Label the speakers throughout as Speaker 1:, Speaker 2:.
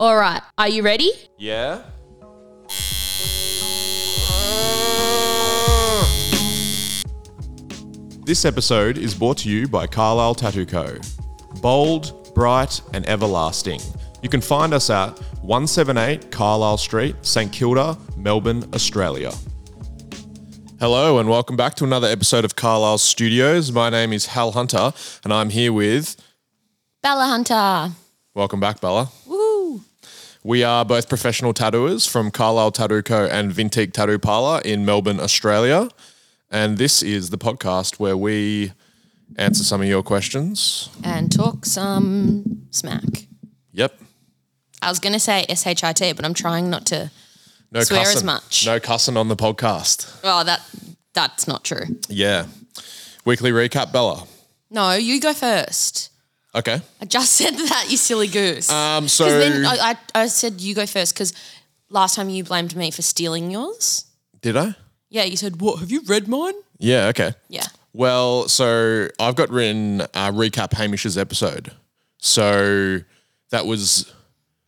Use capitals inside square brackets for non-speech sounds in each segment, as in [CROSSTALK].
Speaker 1: All right. Are you ready?
Speaker 2: Yeah? This episode is brought to you by Carlisle Tattoo Co. Bold, bright, and everlasting. You can find us at 178 Carlisle Street, St Kilda, Melbourne, Australia. Hello, and welcome back to another episode of Carlisle Studios. My name is Hal Hunter, and I'm here with.
Speaker 1: Bella Hunter.
Speaker 2: Welcome back, Bella.
Speaker 1: Woo.
Speaker 2: We are both professional tattooers from Carlisle Tattoo Co. and Vintique Tattoo Parlor in Melbourne, Australia. And this is the podcast where we answer some of your questions.
Speaker 1: And talk some smack.
Speaker 2: Yep.
Speaker 1: I was going to say SHIT, but I'm trying not to.
Speaker 2: No
Speaker 1: Swear as
Speaker 2: cussing.
Speaker 1: much.
Speaker 2: No cussing on the podcast.
Speaker 1: Oh, that that's not true.
Speaker 2: Yeah. Weekly recap, Bella.
Speaker 1: No, you go first.
Speaker 2: Okay.
Speaker 1: I just [LAUGHS] said that, you silly goose.
Speaker 2: Um,
Speaker 1: 'Cause
Speaker 2: so-
Speaker 1: then I, I, I said you go first because last time you blamed me for stealing yours.
Speaker 2: Did I?
Speaker 1: Yeah, you said, what, have you read mine?
Speaker 2: Yeah. Okay.
Speaker 1: Yeah.
Speaker 2: Well, so I've got written uh, recap Hamish's episode. So that was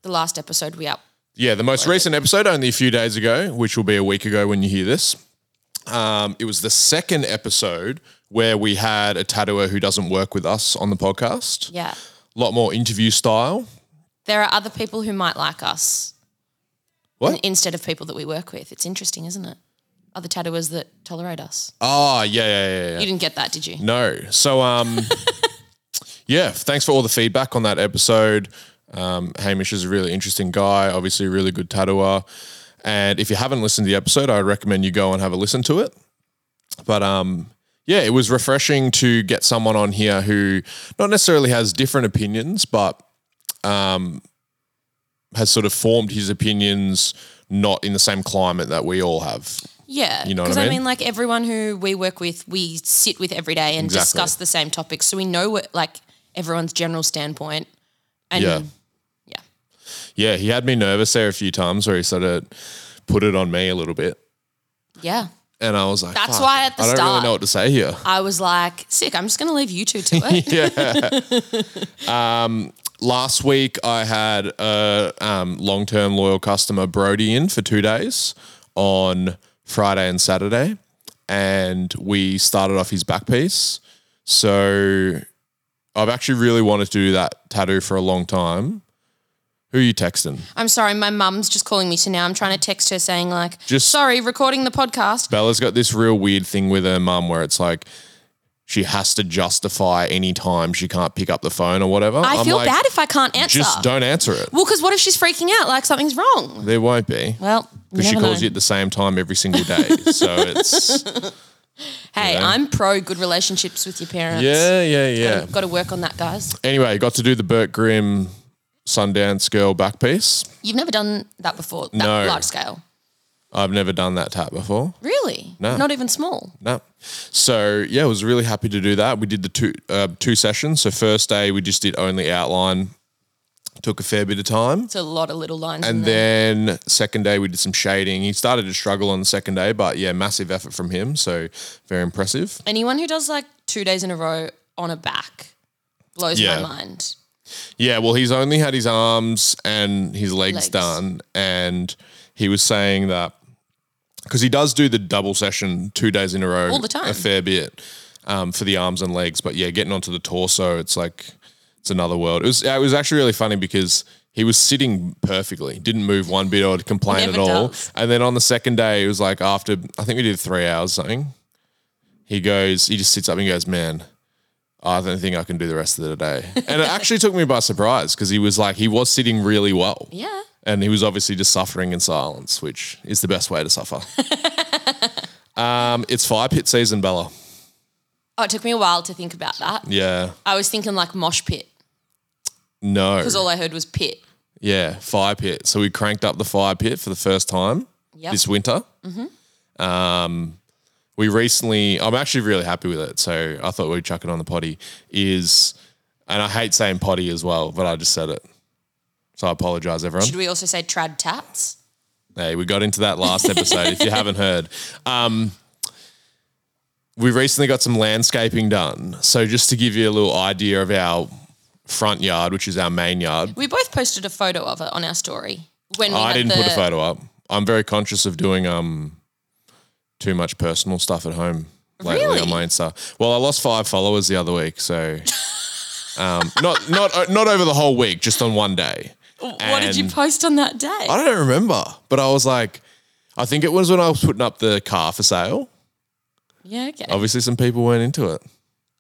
Speaker 1: The last episode we up.
Speaker 2: Yeah, the most recent episode, only a few days ago, which will be a week ago when you hear this. Um, it was the second episode where we had a tattooer who doesn't work with us on the podcast.
Speaker 1: Yeah.
Speaker 2: A lot more interview style.
Speaker 1: There are other people who might like us.
Speaker 2: What?
Speaker 1: in- Instead of people that we work with. It's interesting, isn't it? Other tattooers that tolerate us.
Speaker 2: Ah, yeah, yeah, yeah, yeah.
Speaker 1: You didn't get that, did you?
Speaker 2: No. So, um, yeah, thanks for all the feedback on that episode. Um, Hamish is a really interesting guy, obviously, a really good tattooer. And if you haven't listened to the episode, I would recommend you go and have a listen to it. But um, yeah, it was refreshing to get someone on here who not necessarily has different opinions, but um, has sort of formed his opinions not in the same climate that we all have.
Speaker 1: Yeah.
Speaker 2: know what
Speaker 1: Because
Speaker 2: I
Speaker 1: I
Speaker 2: mean?
Speaker 1: mean, like everyone who we work with, we sit with every day and
Speaker 2: Exactly.
Speaker 1: discuss the same topics. So we know what, like, everyone's general standpoint. And
Speaker 2: Yeah.
Speaker 1: yeah.
Speaker 2: Yeah, he had me nervous there a few times where he sort of put it on me a little bit.
Speaker 1: Yeah.
Speaker 2: And I was like,
Speaker 1: That's
Speaker 2: "Fuck,
Speaker 1: why at the
Speaker 2: I don't really
Speaker 1: start-
Speaker 2: know what to say here. [LAUGHS]
Speaker 1: I was like, sick. I'm just going to leave you two to it. [LAUGHS]
Speaker 2: Um, Last week, I had a um, long term loyal customer, Brody, in for two days on Friday and Saturday. And we started off his back piece. So I've actually really wanted to do that tattoo for a long time. Who are you texting?
Speaker 1: I'm sorry. My mum's just calling me. So now I'm trying to text her saying, like,
Speaker 2: Just-
Speaker 1: sorry, recording the podcast.
Speaker 2: Bella's got this real weird thing with her mum where it's like she has to justify any time she can't pick up the phone or whatever.
Speaker 1: I
Speaker 2: I'm
Speaker 1: feel
Speaker 2: like,
Speaker 1: bad if I can't answer.
Speaker 2: Just don't answer it.
Speaker 1: Well, because what if she's freaking out like something's wrong?
Speaker 2: There won't be.
Speaker 1: Well, you
Speaker 2: Because she
Speaker 1: never
Speaker 2: calls
Speaker 1: know.
Speaker 2: you at the same time every
Speaker 1: [LAUGHS]
Speaker 2: single day. so it's
Speaker 1: hey,
Speaker 2: know.
Speaker 1: I'm pro good relationships with your parents.
Speaker 2: yeah, yeah, yeah.
Speaker 1: Got to work on that, guys.
Speaker 2: Anyway, got to do the Burt Grimm Sundance Girl back piece.
Speaker 1: You've never done that before, that
Speaker 2: No.
Speaker 1: large scale.
Speaker 2: I've never done that tap before.
Speaker 1: Really?
Speaker 2: No.
Speaker 1: Not even small.
Speaker 2: No. So yeah, I was really happy to do that. We did the two uh, two sessions. So first day we just did only outline. Took a fair bit of time.
Speaker 1: It's a lot of little lines. in
Speaker 2: And
Speaker 1: there.
Speaker 2: then second day we did some shading. He started to struggle on the second day, but yeah, massive effort from him. So very impressive.
Speaker 1: anyone who does like two days in a row on a back blows
Speaker 2: Yeah.
Speaker 1: my mind.
Speaker 2: Yeah, well, he's only had his arms and his legs,
Speaker 1: Legs.
Speaker 2: done, and he was saying that because he does do the double session two days in a row,
Speaker 1: All the time.
Speaker 2: a fair bit um, for the arms and legs. But yeah, getting onto the torso, it's like it's another world. It was it was actually really funny because he was sitting perfectly, didn't move one bit or complain at
Speaker 1: Never
Speaker 2: all.
Speaker 1: does.
Speaker 2: And then on the second day, it was like after I think we did three hours something. He goes, he just sits up and goes, man. I don't think I can do the rest of the day. And it actually took me by surprise because he was like, he was sitting really well.
Speaker 1: Yeah.
Speaker 2: And he was obviously just suffering in silence, which is the best way
Speaker 1: [LAUGHS]
Speaker 2: to suffer. um, it's fire pit season, Bella.
Speaker 1: Oh, it took me a while to think about that.
Speaker 2: Yeah.
Speaker 1: I was thinking like mosh pit
Speaker 2: No.
Speaker 1: because all I heard was pit.
Speaker 2: Yeah. Fire pit. So we cranked up the fire pit for the first time
Speaker 1: Yep.
Speaker 2: this winter. Mm-hmm. Um, we recently, I'm actually really happy with it. So I thought we'd chuck it on the potty. Is, and I hate saying potty as well, but I just said it. So I apologize, everyone.
Speaker 1: Should we also say trad tats?
Speaker 2: Hey, we got into that last episode. if you haven't heard, um, we recently got some landscaping done. So just to give you a little idea of our front yard, which is our main yard.
Speaker 1: We both posted a photo of it on our story when we
Speaker 2: I
Speaker 1: had
Speaker 2: didn't
Speaker 1: the,
Speaker 2: put a photo up. I'm very conscious of doing um too much personal stuff at home lately
Speaker 1: Really?
Speaker 2: on my Insta. Well, I lost five followers the other week, so um, not not not over the whole week, just on one day.
Speaker 1: [LAUGHS] What did you
Speaker 2: And-
Speaker 1: post on that day?
Speaker 2: I don't remember, but I was like, I think it was when I was putting up the car for sale.
Speaker 1: Yeah, okay.
Speaker 2: Obviously, some people weren't into it.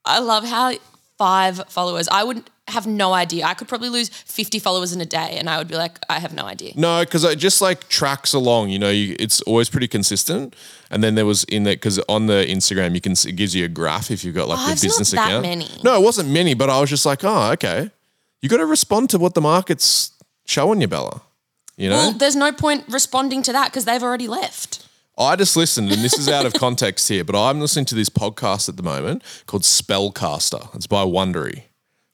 Speaker 1: I love how five followers. I would have no idea. I could probably lose 50 followers in a day and I would be like, I have no idea.
Speaker 2: No, because it just like tracks along. You know, you, it's always pretty consistent. And then there was in that because on the Instagram, you can s- it gives you a graph if you've got like
Speaker 1: Oh,
Speaker 2: the
Speaker 1: it's not
Speaker 2: business
Speaker 1: that
Speaker 2: account.
Speaker 1: many.
Speaker 2: No, it wasn't many, but I was just like, oh, okay. You got to respond to what the market's showing you, Bella. You know,
Speaker 1: Well, there's no point responding to that because they've already left.
Speaker 2: I just listened, and this is out of context here, but I'm listening to this podcast at the moment called Spellcaster. It's by Wondery.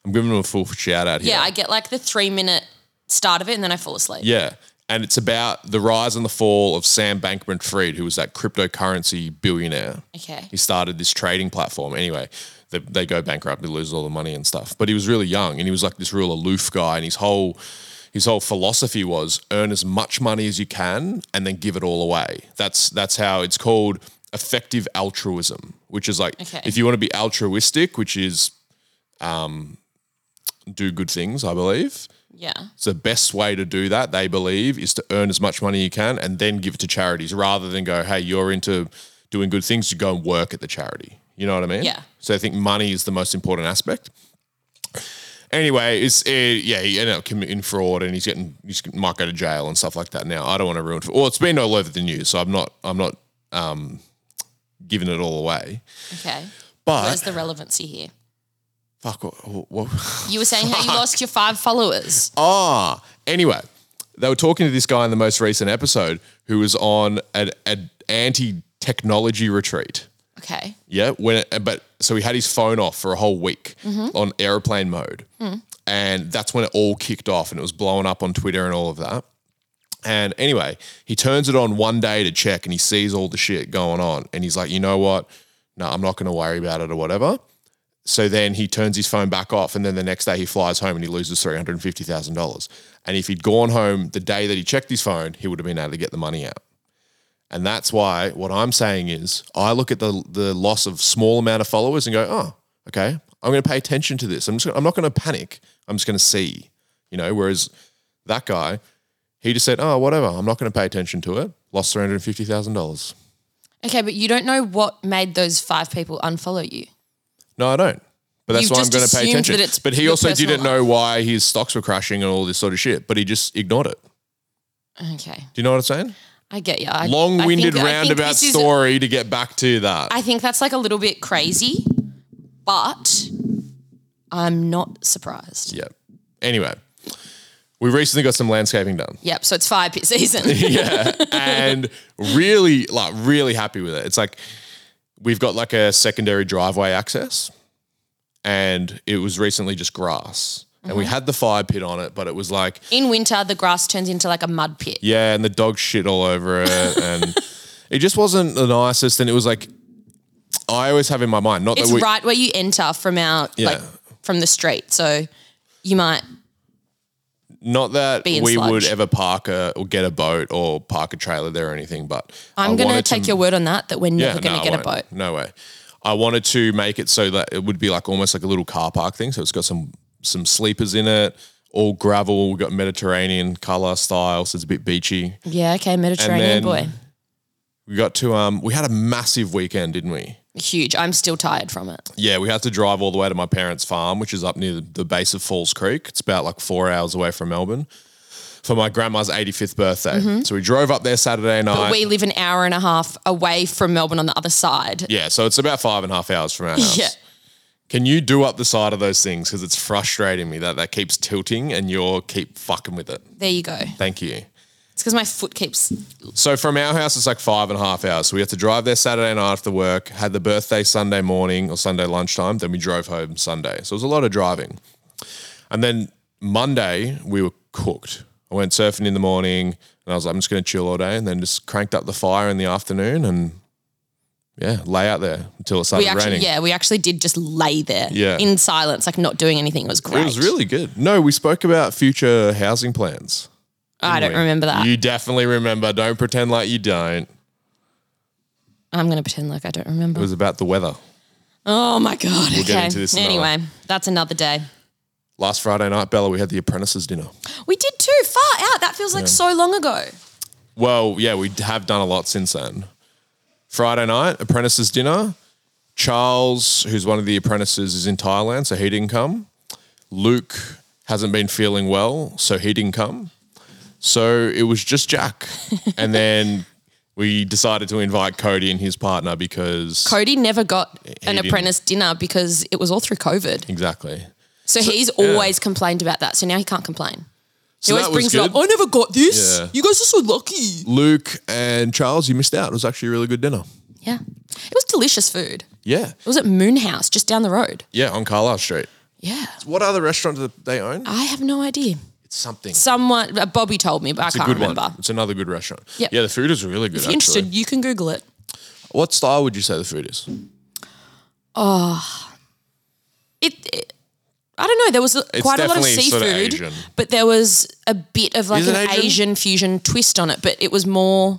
Speaker 2: I'm giving them a full shout out here.
Speaker 1: Yeah, I get like the three minute start of it and then I fall asleep.
Speaker 2: Yeah. And it's about the rise and the fall of Sam Bankman Fried, who was that cryptocurrency billionaire.
Speaker 1: Okay.
Speaker 2: He started this trading platform. Anyway, they, they go bankrupt, he loses all the money and stuff. But he was really young and he was like this real aloof guy. And his whole his whole philosophy was earn as much money as you can and then give it all away. That's that's how it's called effective altruism, which is like
Speaker 1: Okay.
Speaker 2: if you want to be altruistic, which is um, do good things, I believe.
Speaker 1: Yeah.
Speaker 2: So the best way to do that, they believe, is to earn as much money you can and then give it to charities rather than go, hey, you're into doing good things, you go and work at the charity. You know what I mean?
Speaker 1: Yeah.
Speaker 2: So I think money is the most important aspect. Anyway, it's uh, yeah, he ended up committing fraud, and he's getting he might go to jail and stuff like that. Now I don't want to ruin. Well, it's been all over the news, so I'm not I'm not um, giving it all away.
Speaker 1: Okay.
Speaker 2: But
Speaker 1: Where's the relevancy here?
Speaker 2: fuck, what, what, [LAUGHS]
Speaker 1: You were saying how you lost your five followers.
Speaker 2: Ah, anyway, they were talking to this guy in the most recent episode who was on an, an anti technology retreat.
Speaker 1: Okay.
Speaker 2: Yeah, when it, but so he had his phone off for a whole week on airplane mode, and that's when it all kicked off and it was blowing up on Twitter and all of that. And anyway, he turns it on one day to check and he sees all the shit going on. And he's like, you know what? No, I'm not going to worry about it or whatever. So then he turns his phone back off. And then the next day he flies home and he loses $350,000. And if he'd gone home the day that he checked his phone, he would have been able to get the money out. And that's why what I'm saying is I look at the, the loss of small amount of followers and go, oh, okay, I'm going to pay attention to this. I'm, just, gonna- I'm not going to panic. I'm just going to see, you know, whereas that guy, he just said, "Oh, whatever. I'm not going to pay attention to it." Lost three hundred fifty thousand dollars.
Speaker 1: Okay, but you don't know what made those five people unfollow you.
Speaker 2: No, I don't. But that's
Speaker 1: You've
Speaker 2: why I'm
Speaker 1: just
Speaker 2: going to pay
Speaker 1: assumed
Speaker 2: attention.
Speaker 1: that it's
Speaker 2: But he
Speaker 1: your
Speaker 2: also
Speaker 1: personal
Speaker 2: didn't know why his stocks were crashing and all this sort of shit. But he just ignored it.
Speaker 1: Okay.
Speaker 2: Do you know what I'm saying?
Speaker 1: I get you. I, I
Speaker 2: Long-winded
Speaker 1: think- I think
Speaker 2: roundabout
Speaker 1: this is-
Speaker 2: story to get back to that.
Speaker 1: I think that's like a little bit crazy, but I'm not surprised.
Speaker 2: yeah. Anyway, we recently got some landscaping done.
Speaker 1: Yep. So it's fire pit [LAUGHS] season.
Speaker 2: [LAUGHS] yeah and really like really happy with it it's like we've got like a secondary driveway access and it was recently just grass and we
Speaker 1: Mm-hmm.
Speaker 2: had the fire pit on it but it was like
Speaker 1: In winter, the grass turns into like a mud pit.
Speaker 2: yeah and the dog shit all over it and
Speaker 1: [LAUGHS]
Speaker 2: it just wasn't the nicest and it was like i always have in my mind not
Speaker 1: It's
Speaker 2: that we
Speaker 1: right where you enter from out, like
Speaker 2: Yeah.
Speaker 1: from the street. So you might.
Speaker 2: not that
Speaker 1: in
Speaker 2: we would
Speaker 1: sludge.
Speaker 2: ever park a or get a boat or park a trailer there or anything but I
Speaker 1: I'm going to
Speaker 2: wanted
Speaker 1: take your word on that that we're never
Speaker 2: Yeah,
Speaker 1: going to
Speaker 2: no, I
Speaker 1: get a boat.
Speaker 2: won't. No way. I wanted to make it so that it would be like almost like a little car park thing. So it's got some some sleepers in it, all gravel, got Mediterranean color style, so it's a bit beachy.
Speaker 1: Yeah. Okay. Mediterranean
Speaker 2: then-
Speaker 1: boy.
Speaker 2: We got to um we had a massive weekend, didn't we?
Speaker 1: Huge. I'm still tired from it.
Speaker 2: Yeah, we had to drive all the way to my parents' farm, which is up near the, the base of Falls Creek. It's about like four hours away from Melbourne. For my grandma's 85th birthday. So we drove up there Saturday night.
Speaker 1: Mm-hmm. But we live an hour and a half away from Melbourne on the other side.
Speaker 2: yeah, so it's about five and a half hours from our house.
Speaker 1: [LAUGHS] Yeah.
Speaker 2: Can you do up the side of those things? Because it's frustrating me that that keeps tilting and you're keep fucking with it.
Speaker 1: There you go.
Speaker 2: Thank you.
Speaker 1: It's because my foot keeps.
Speaker 2: So from our house, it's like five and a half hours. So we had to drive there Saturday night after work, had the birthday Sunday morning or Sunday lunchtime, then we drove home Sunday. So it was a lot of driving. And then Monday, we were cooked. I went surfing in the morning and I was like, I'm just going to chill all day and then just cranked up the fire in the afternoon and yeah, lay out there until it started
Speaker 1: We actually,
Speaker 2: raining.
Speaker 1: yeah, we actually did just lay there
Speaker 2: Yeah.
Speaker 1: in silence, like not doing anything. It was great.
Speaker 2: It was really good. No, we spoke about future housing plans.
Speaker 1: I don't remember that.
Speaker 2: You definitely remember. Don't pretend like you don't.
Speaker 1: I'm going to pretend like I don't
Speaker 2: It
Speaker 1: remember.
Speaker 2: was about the weather.
Speaker 1: Oh my God. okay.
Speaker 2: get into this another-
Speaker 1: anyway, that's another day.
Speaker 2: Last Friday night, Bella, we had the apprentices dinner.
Speaker 1: We did too. Far out. That feels like so long ago.
Speaker 2: Well, yeah, we have done a lot since then. Friday night, apprentices dinner. Charles, who's one of the apprentices, is in Thailand, so he didn't come. Luke hasn't been feeling well, so he didn't come. So it was just
Speaker 1: [LAUGHS]
Speaker 2: Jack. and then we decided to invite Cody and his partner because.
Speaker 1: Cody never got an
Speaker 2: didn't.
Speaker 1: apprentice dinner because it was all through COVID.
Speaker 2: exactly.
Speaker 1: So, he's
Speaker 2: yeah.
Speaker 1: always complained about that. So now he can't complain.
Speaker 2: So
Speaker 1: he always
Speaker 2: that was
Speaker 1: brings it up.
Speaker 2: good.
Speaker 1: I never got this.
Speaker 2: Yeah.
Speaker 1: You guys are so lucky.
Speaker 2: Luke and Charles, you missed out. It was actually a really good dinner.
Speaker 1: Yeah. It was delicious food.
Speaker 2: Yeah.
Speaker 1: It was at Moon House, just down the road.
Speaker 2: Yeah, on Carlisle Street.
Speaker 1: Yeah.
Speaker 2: What other restaurant do they own?
Speaker 1: I have no idea.
Speaker 2: It's something.
Speaker 1: Someone, uh, Bobby told me, but I
Speaker 2: It's a
Speaker 1: can't
Speaker 2: good
Speaker 1: remember.
Speaker 2: one. It's another good restaurant.
Speaker 1: Yep.
Speaker 2: Yeah, the food is really
Speaker 1: If
Speaker 2: good.
Speaker 1: you're
Speaker 2: actually.
Speaker 1: interested, you can Google it.
Speaker 2: what style would you say the food is?
Speaker 1: It, it- I don't know. There was a- quite a lot of
Speaker 2: definitely
Speaker 1: seafood,
Speaker 2: sort of Asian.
Speaker 1: but there was a bit of like
Speaker 2: Is it
Speaker 1: an
Speaker 2: Asian?
Speaker 1: Asian? fusion twist on it. But it was more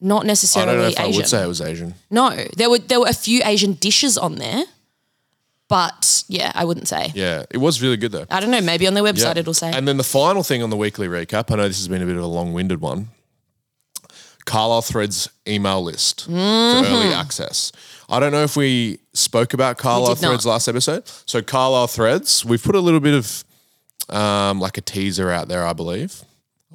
Speaker 1: not
Speaker 2: I
Speaker 1: necessarily
Speaker 2: don't know if I
Speaker 1: Asian.
Speaker 2: would say it was Asian.
Speaker 1: no, there were there were a few Asian dishes on there, but yeah, I wouldn't say.
Speaker 2: Yeah, it was really good though.
Speaker 1: I don't know. Maybe on their website
Speaker 2: Yeah.
Speaker 1: it'll say.
Speaker 2: And then the final thing on the weekly recap. I know this has been a bit of a long-winded one. Carlisle Threads email list for
Speaker 1: Mm-hmm.
Speaker 2: early access. I don't know if we spoke about Carlisle
Speaker 1: did not.
Speaker 2: Threads last episode. So Carlisle Threads, we've put a little bit of um, like a teaser out there, I believe.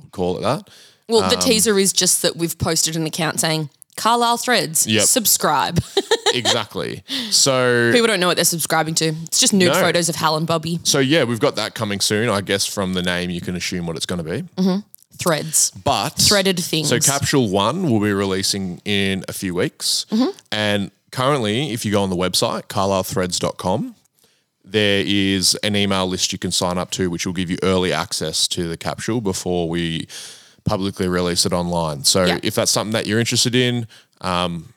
Speaker 2: I'll call it
Speaker 1: [LAUGHS]
Speaker 2: that.
Speaker 1: well,
Speaker 2: um,
Speaker 1: the teaser is just that we've posted an account saying Carlisle Threads
Speaker 2: Yep.
Speaker 1: subscribe. [LAUGHS]
Speaker 2: Exactly. So
Speaker 1: People don't know what they're subscribing to. It's just nude
Speaker 2: No.
Speaker 1: photos of Hal and Bobby
Speaker 2: So yeah, we've got that coming soon. I guess from the name you can assume what it's going to be.
Speaker 1: Mm-hmm. threads.
Speaker 2: But
Speaker 1: Threaded things.
Speaker 2: So capsule one will be releasing in a few weeks,
Speaker 1: Mm-hmm.
Speaker 2: and currently, if you go on the website carlisthreads.com, there is an email list you can sign up to, which will give you early access to the capsule before we publicly release it online. So
Speaker 1: Yeah.
Speaker 2: if that's something that you're interested in, um,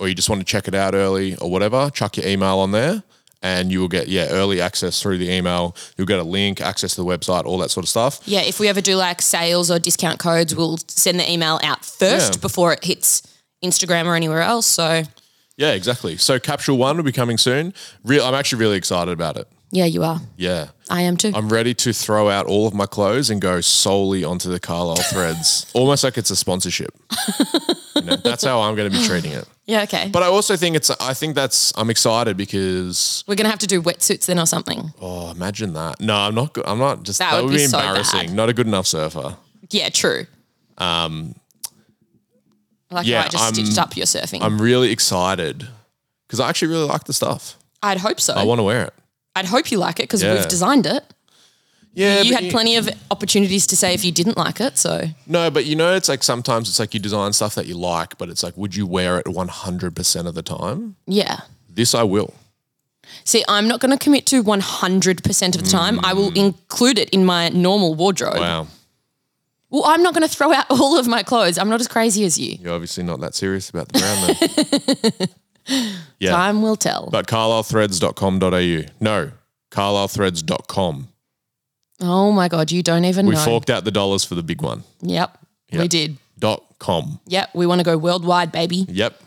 Speaker 2: or you just want to check it out early or whatever, chuck your email on there and you will get yeah early access through the email. You'll get a link, access to the website, all that sort of stuff.
Speaker 1: Yeah, if we ever do like sales or discount codes, we'll send the email out first
Speaker 2: Yeah.
Speaker 1: before it hits Instagram or anywhere else. So,
Speaker 2: Yeah, exactly. So capsule one will be coming soon. Real, I'm actually really excited about it.
Speaker 1: yeah, you are.
Speaker 2: Yeah,
Speaker 1: I am too.
Speaker 2: I'm ready to throw out all of my clothes and go solely onto the Carlisle
Speaker 1: [LAUGHS]
Speaker 2: threads, almost like it's a sponsorship. You know, that's how I'm going to be treating it.
Speaker 1: yeah, okay.
Speaker 2: But I also think it's. I think that's. I'm excited because.
Speaker 1: We're going to have to do wetsuits then or something.
Speaker 2: Oh, imagine that. No, I'm not. go- I'm not. Just that, would, be,
Speaker 1: so bad.
Speaker 2: embarrassing. not a good enough surfer.
Speaker 1: Yeah, true. Um, like
Speaker 2: yeah, um,
Speaker 1: how I just
Speaker 2: I'm-
Speaker 1: stitched up your surfing.
Speaker 2: I'm really excited because I actually really like the stuff.
Speaker 1: i would hope so.
Speaker 2: I want to wear it.
Speaker 1: I'd hope you like it because
Speaker 2: Yeah.
Speaker 1: we've designed it.
Speaker 2: Yeah,
Speaker 1: You
Speaker 2: but
Speaker 1: had plenty of opportunities to say if you didn't like it. So,
Speaker 2: No, but you know, it's like sometimes it's like you design stuff that you like, but it's like, would you wear it 100% of the time?
Speaker 1: yeah.
Speaker 2: This I will.
Speaker 1: See, I'm not going to commit to 100% of the time. I will include it in my normal wardrobe.
Speaker 2: Mm. Wow,
Speaker 1: Well, I'm not going to throw out [LAUGHS] all of my clothes. I'm not as crazy as you.
Speaker 2: you're obviously not that serious about the brand then. yeah,
Speaker 1: Time will tell.
Speaker 2: [LAUGHS] but carlisthreads.com.au. No, carlisthreads.com.
Speaker 1: oh my God, you don't even
Speaker 2: We
Speaker 1: know.
Speaker 2: forked out the dollars for the big one.
Speaker 1: yep, we did.
Speaker 2: Dot com.
Speaker 1: Yep, we want to go worldwide, baby.
Speaker 2: Yep.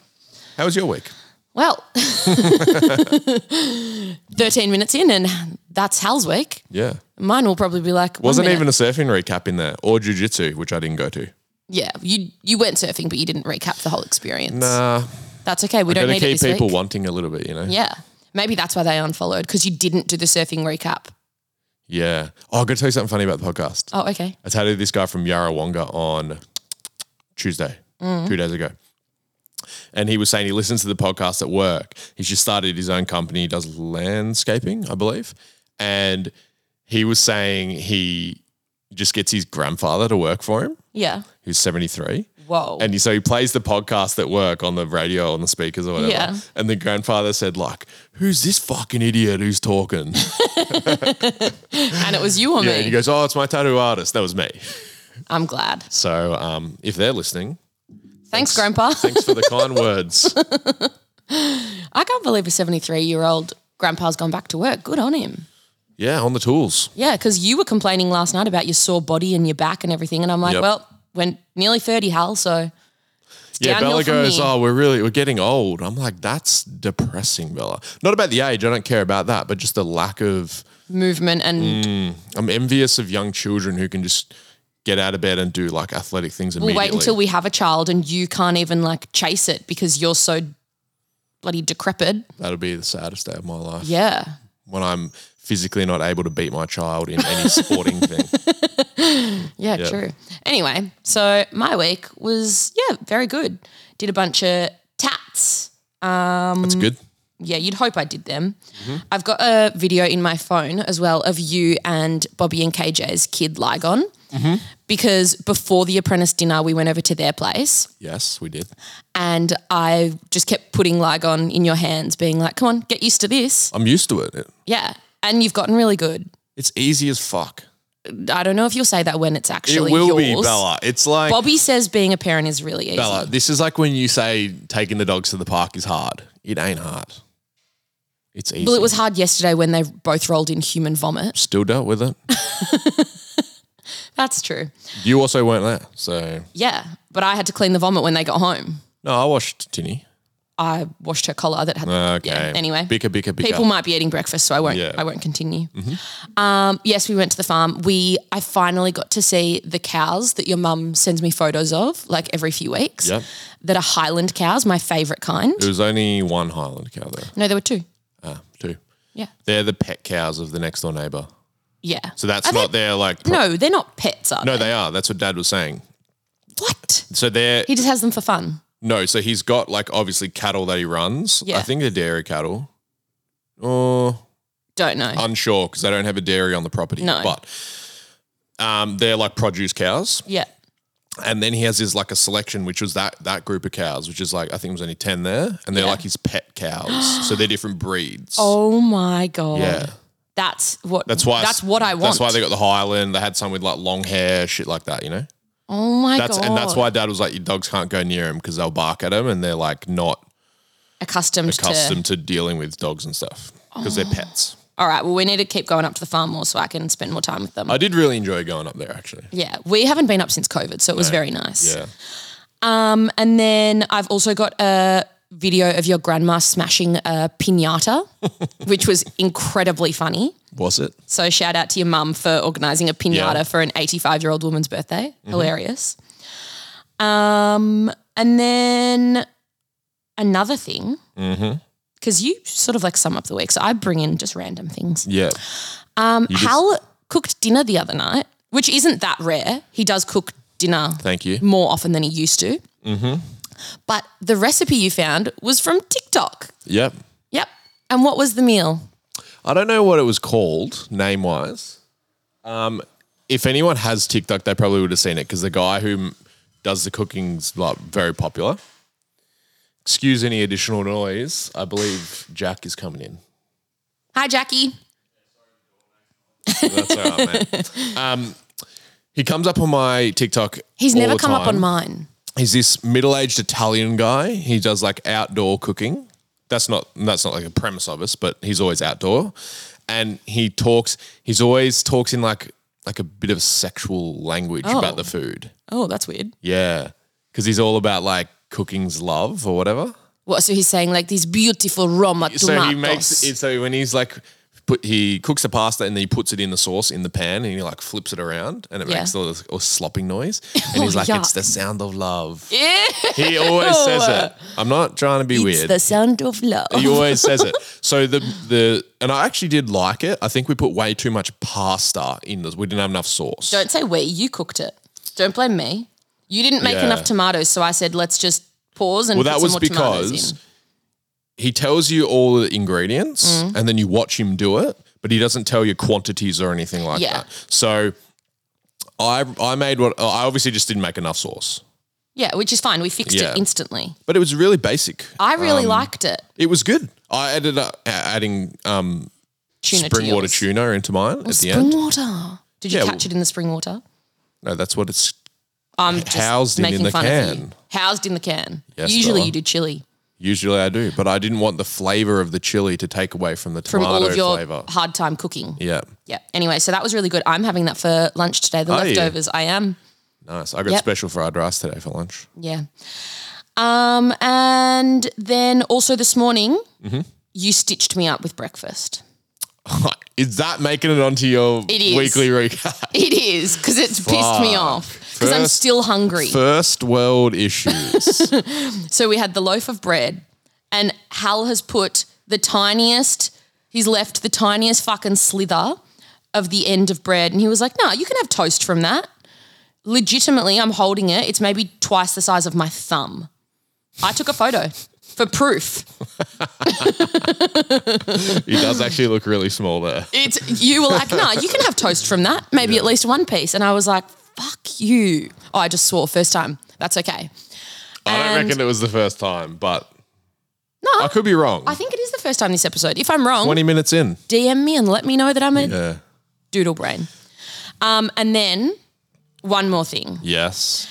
Speaker 2: How was your week?
Speaker 1: Well, [LAUGHS] 13 minutes in, and that's Hal's week.
Speaker 2: Yeah.
Speaker 1: Mine will probably be like, one
Speaker 2: Wasn't
Speaker 1: minute.
Speaker 2: even a surfing recap in there or jujitsu, which I didn't go to.
Speaker 1: Yeah, you, you went surfing, but you didn't recap the whole experience.
Speaker 2: Nah,
Speaker 1: That's okay. We don't
Speaker 2: gotta
Speaker 1: need it
Speaker 2: keep
Speaker 1: this
Speaker 2: people
Speaker 1: week.
Speaker 2: wanting a little bit, you know?
Speaker 1: yeah. Maybe that's why they unfollowed because you didn't do the surfing recap.
Speaker 2: Yeah. Oh, I'm going to tell you something funny about the podcast.
Speaker 1: Oh, okay.
Speaker 2: I chatted to this guy from Yarrawonga on Tuesday, two days ago. And he was saying he listens to the podcast at work. He's just started his own company, he does landscaping, I believe. And he was saying he just gets his grandfather to work for him,
Speaker 1: Yeah.
Speaker 2: who's 73.
Speaker 1: Whoa.
Speaker 2: And he, so he plays the podcast at work on the radio, on the speakers or whatever.
Speaker 1: Yeah.
Speaker 2: And the grandfather said, like, who's this fucking idiot who's talking?
Speaker 1: and it was you or
Speaker 2: yeah,
Speaker 1: me.
Speaker 2: and he goes, oh, it's my tattoo artist. That was me.
Speaker 1: I'm glad.
Speaker 2: So um, if they're listening,
Speaker 1: Thanks, Grandpa. [LAUGHS]
Speaker 2: Thanks for the kind words.
Speaker 1: I can't believe a 73 year old grandpa's gone back to work. Good on him.
Speaker 2: Yeah, on the tools.
Speaker 1: Yeah, because you were complaining last night about your sore body and your back and everything. And I'm like,
Speaker 2: Yep.
Speaker 1: well, we're nearly 30, Hal. So
Speaker 2: Yeah,
Speaker 1: downhill
Speaker 2: Bella
Speaker 1: from
Speaker 2: goes,
Speaker 1: me.
Speaker 2: "Oh, we're really we're getting old." I'm like, "That's depressing, Bella." Not about the age, I don't care about that, but just the lack of.
Speaker 1: movement and
Speaker 2: Mm, I'm envious of young children who can just get out of bed and do like athletic things
Speaker 1: we'll
Speaker 2: immediately.
Speaker 1: wait until we have a child and you can't even like chase it because you're so bloody decrepit.
Speaker 2: That'll be the saddest day of my life
Speaker 1: Yeah.
Speaker 2: when I'm physically not able to beat my child in any sporting
Speaker 1: [LAUGHS]
Speaker 2: thing.
Speaker 1: Yeah, true. Anyway, so my week was, yeah, very good. Did a bunch of tats. Um,
Speaker 2: That's good.
Speaker 1: Yeah, you'd hope I did them. I've got a video in my phone as well of you and Bobby and KJ's kid Ligon. Because before the apprentice dinner, we went over to their place
Speaker 2: Yes, we did.
Speaker 1: and I just kept putting Ligon in your hands, being like, come on, get used to this.
Speaker 2: I'm used to it. It-
Speaker 1: Yeah. And you've gotten really good.
Speaker 2: It's easy as fuck.
Speaker 1: I don't know if you'll say that when it's
Speaker 2: It
Speaker 1: actually
Speaker 2: will be
Speaker 1: yours.
Speaker 2: Bella. It's like
Speaker 1: Bobby says being a parent is really easy.
Speaker 2: Bella. This is like when you say taking the dogs to the park is hard. It ain't hard. It's easy.
Speaker 1: Well, it was hard yesterday when they both rolled in human vomit.
Speaker 2: Still dealt
Speaker 1: [LAUGHS]
Speaker 2: with it.
Speaker 1: That's true.
Speaker 2: You also weren't there, so
Speaker 1: Yeah, but I had to clean the vomit when they got home.
Speaker 2: no. I watched Tinny.
Speaker 1: I washed her collar that had.
Speaker 2: Okay.
Speaker 1: Yeah, anyway,
Speaker 2: Bigger, bigger, bigger.
Speaker 1: people might be eating breakfast, so I won't.
Speaker 2: Yeah. Mm-hmm.
Speaker 1: I won't continue. Um, yes, we went to the farm. We I finally got to see the cows that your mum sends me photos of, like every few weeks.
Speaker 2: Yep.
Speaker 1: That are Highland cows, my favorite kind.
Speaker 2: There was only one Highland cow there.
Speaker 1: No, there were two.
Speaker 2: Ah, two.
Speaker 1: Yeah.
Speaker 2: They're the pet cows of the next door neighbor.
Speaker 1: Yeah.
Speaker 2: So that's
Speaker 1: Are they-
Speaker 2: not their like. pro-
Speaker 1: No, they're not pets, are
Speaker 2: no,
Speaker 1: they?
Speaker 2: they are. That's what Dad was saying.
Speaker 1: What?
Speaker 2: So they're
Speaker 1: He just has them for fun.
Speaker 2: no. So he's got like obviously cattle that he runs.
Speaker 1: Yeah.
Speaker 2: I think they're dairy cattle. Oh,
Speaker 1: Don't know.
Speaker 2: unsure because they don't have a dairy on the property.
Speaker 1: No.
Speaker 2: But um, they're like produce cows.
Speaker 1: yeah.
Speaker 2: And then he has his like a selection, which was that that group of cows, which is like I think it was only ten there, and they're
Speaker 1: Yeah.
Speaker 2: like his pet cows. so they're different breeds.
Speaker 1: Oh my god.
Speaker 2: Yeah.
Speaker 1: That's what.
Speaker 2: That's why.
Speaker 1: That's what I want.
Speaker 2: That's why they got the Highland. They had some with like long hair, shit like that. You know.
Speaker 1: Oh my
Speaker 2: That's
Speaker 1: god.
Speaker 2: and that's why Dad was like, your dogs can't go near him because they'll bark at him, and they're like not
Speaker 1: accustomed, to.
Speaker 2: accustomed to dealing with dogs and stuff because
Speaker 1: Oh.
Speaker 2: they're pets.
Speaker 1: All right. Well, we need to keep going up to the farm more so I can spend more time with them.
Speaker 2: I did really enjoy going up there actually.
Speaker 1: yeah, we haven't been up since COVID, so it was very nice.
Speaker 2: Yeah.
Speaker 1: Um, and then I've also got a video of your grandma smashing a
Speaker 2: [LAUGHS]
Speaker 1: pinata, which was incredibly funny.
Speaker 2: Was it?
Speaker 1: So shout out to your mum for organising a pinata
Speaker 2: Yeah. Mm-hmm.
Speaker 1: for an 85 year old woman's birthday. Hilarious. Um, and then another thing,
Speaker 2: Mm-hmm.
Speaker 1: because you sort of like sum up the week, so I bring in just random things.
Speaker 2: Yeah.
Speaker 1: Um, Hal cooked dinner the other night, which isn't that rare. He does cook dinner
Speaker 2: Thank you.
Speaker 1: more often than he used to. Mm-hmm. But the recipe you found was from TikTok.
Speaker 2: Yep.
Speaker 1: Yep. And what was the meal?
Speaker 2: I don't know what it was called name wise. Um, if anyone has TikTok, they probably would have seen it because the guy who m- does the cooking's like very popular. Excuse any additional noise. I believe Jack is coming in.
Speaker 1: Hi, Jackie.
Speaker 2: That's all right, mate. Um,
Speaker 1: [LAUGHS]
Speaker 2: he comes up on my TikTok.
Speaker 1: He's
Speaker 2: all
Speaker 1: never
Speaker 2: the
Speaker 1: come up on
Speaker 2: time.
Speaker 1: mine.
Speaker 2: He's this middle-aged Italian guy. He does like outdoor cooking. That's not that's not like a premise of us, but he's always outdoor, and he talks. He's always talks in like like a bit of sexual language about the food.
Speaker 1: Oh, that's weird.
Speaker 2: Yeah, because he's all about like cooking's love or whatever.
Speaker 1: What? So he's saying like these beautiful Roma tomatoes.
Speaker 2: So he makes it so when he's like put he cooks the pasta and then he puts it in the sauce in the pan and he like flips it around and it
Speaker 1: Yeah.
Speaker 2: makes all this all
Speaker 1: [LAUGHS]
Speaker 2: slopping noise and he's
Speaker 1: Oh,
Speaker 2: like it's
Speaker 1: yuck.
Speaker 2: the sound of love.
Speaker 1: Ew,
Speaker 2: He always says it. I'm not trying to
Speaker 1: [LAUGHS]
Speaker 2: be
Speaker 1: it's [LAUGHS]
Speaker 2: weird.
Speaker 1: the sound of love.
Speaker 2: he always says it. So the the and I actually did like it. I think we put way too much pasta in this. We didn't have enough sauce.
Speaker 1: Don't say we. You cooked it. Don't blame me. You didn't make
Speaker 2: Yeah.
Speaker 1: enough tomatoes, so I said let's just pause and
Speaker 2: well,
Speaker 1: put
Speaker 2: that
Speaker 1: some
Speaker 2: was
Speaker 1: more tomatoes
Speaker 2: because
Speaker 1: in.
Speaker 2: he tells you all the ingredients
Speaker 1: Mm.
Speaker 2: and then you watch him do it, but he doesn't tell you quantities or anything like
Speaker 1: Yeah.
Speaker 2: that. So I I made what I obviously just didn't make enough sauce,
Speaker 1: Yeah, which is fine. We fixed
Speaker 2: Yeah. Um,
Speaker 1: it instantly.
Speaker 2: but it was really basic.
Speaker 1: I really liked it.
Speaker 2: It was good. I ended up a- adding um,
Speaker 1: Tuna
Speaker 2: spring
Speaker 1: to
Speaker 2: water
Speaker 1: yours.
Speaker 2: tuna into mine at the
Speaker 1: Spring
Speaker 2: end.
Speaker 1: water. Did you
Speaker 2: Yeah,
Speaker 1: catch it in the spring water?
Speaker 2: No, that's what it's
Speaker 1: I'm just
Speaker 2: Housed him in
Speaker 1: making
Speaker 2: the
Speaker 1: fun of you.
Speaker 2: can.
Speaker 1: Housed in the can.
Speaker 2: Yes,
Speaker 1: Usually
Speaker 2: Bella.
Speaker 1: you do chili
Speaker 2: Usually I do, but I didn't want the flavor of the chili to take away from the
Speaker 1: from
Speaker 2: tomato
Speaker 1: all of your
Speaker 2: flavor.
Speaker 1: hard time cooking.
Speaker 2: Yeah,
Speaker 1: Yeah. Anyway, so that was really good. I'm having that for lunch today. The
Speaker 2: Are you?
Speaker 1: leftovers. I am.
Speaker 2: nice. I got
Speaker 1: Yep.
Speaker 2: special fried rice today for lunch. [LAUGHS]
Speaker 1: Yeah. Um, and then also this morning,
Speaker 2: Mm-hmm.
Speaker 1: you stitched me up with breakfast. [LAUGHS]
Speaker 2: is that making it onto your
Speaker 1: It is.
Speaker 2: weekly
Speaker 1: [LAUGHS]
Speaker 2: recap?
Speaker 1: It is because it's pissed me
Speaker 2: Fuck.
Speaker 1: off because I'm
Speaker 2: First-
Speaker 1: still hungry.
Speaker 2: First
Speaker 1: [LAUGHS]
Speaker 2: world issues.
Speaker 1: So we had the loaf of bread, and Hal has put the tiniest, he's left the tiniest fucking slither of the end of bread. And he was like, no, you can have toast from that. Legitimately, I'm holding it. It's maybe twice the size of my thumb. I took a photo for proof.
Speaker 2: it does actually look really small there.
Speaker 1: It's you were like, nah, you can have toast from that. Maybe at least one piece. And I was like, fuck you. Oh, I just swore first time. That's okay.
Speaker 2: I don't
Speaker 1: And-
Speaker 2: reckon it was the first time, but
Speaker 1: No.
Speaker 2: I could be wrong.
Speaker 1: I think it is the first time this episode. If I'm wrong,
Speaker 2: 20 minutes in.
Speaker 1: DM me and let me know that I'm a
Speaker 2: Yeah.
Speaker 1: doodle brain. Um, and then one more thing.
Speaker 2: Yes.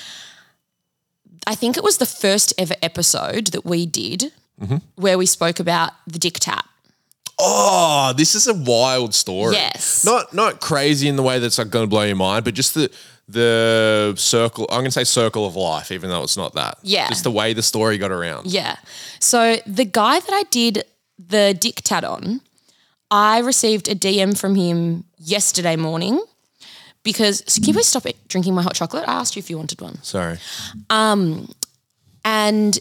Speaker 1: I think it was the first ever episode that we did where we spoke about the dick tap.
Speaker 2: Oh, this is a wild story.
Speaker 1: Yes.
Speaker 2: Not not crazy in the way that's like going to blow your mind, but just the the circle. I'm going to say circle of life, even though it's not that.
Speaker 1: Yeah.
Speaker 2: Just the way the story got around.
Speaker 1: Yeah. So the guy that I did the dick tat on, I received a DM from him yesterday morning because so can you please stop it drinking my hot chocolate? I asked you if you wanted one.
Speaker 2: Sorry.
Speaker 1: And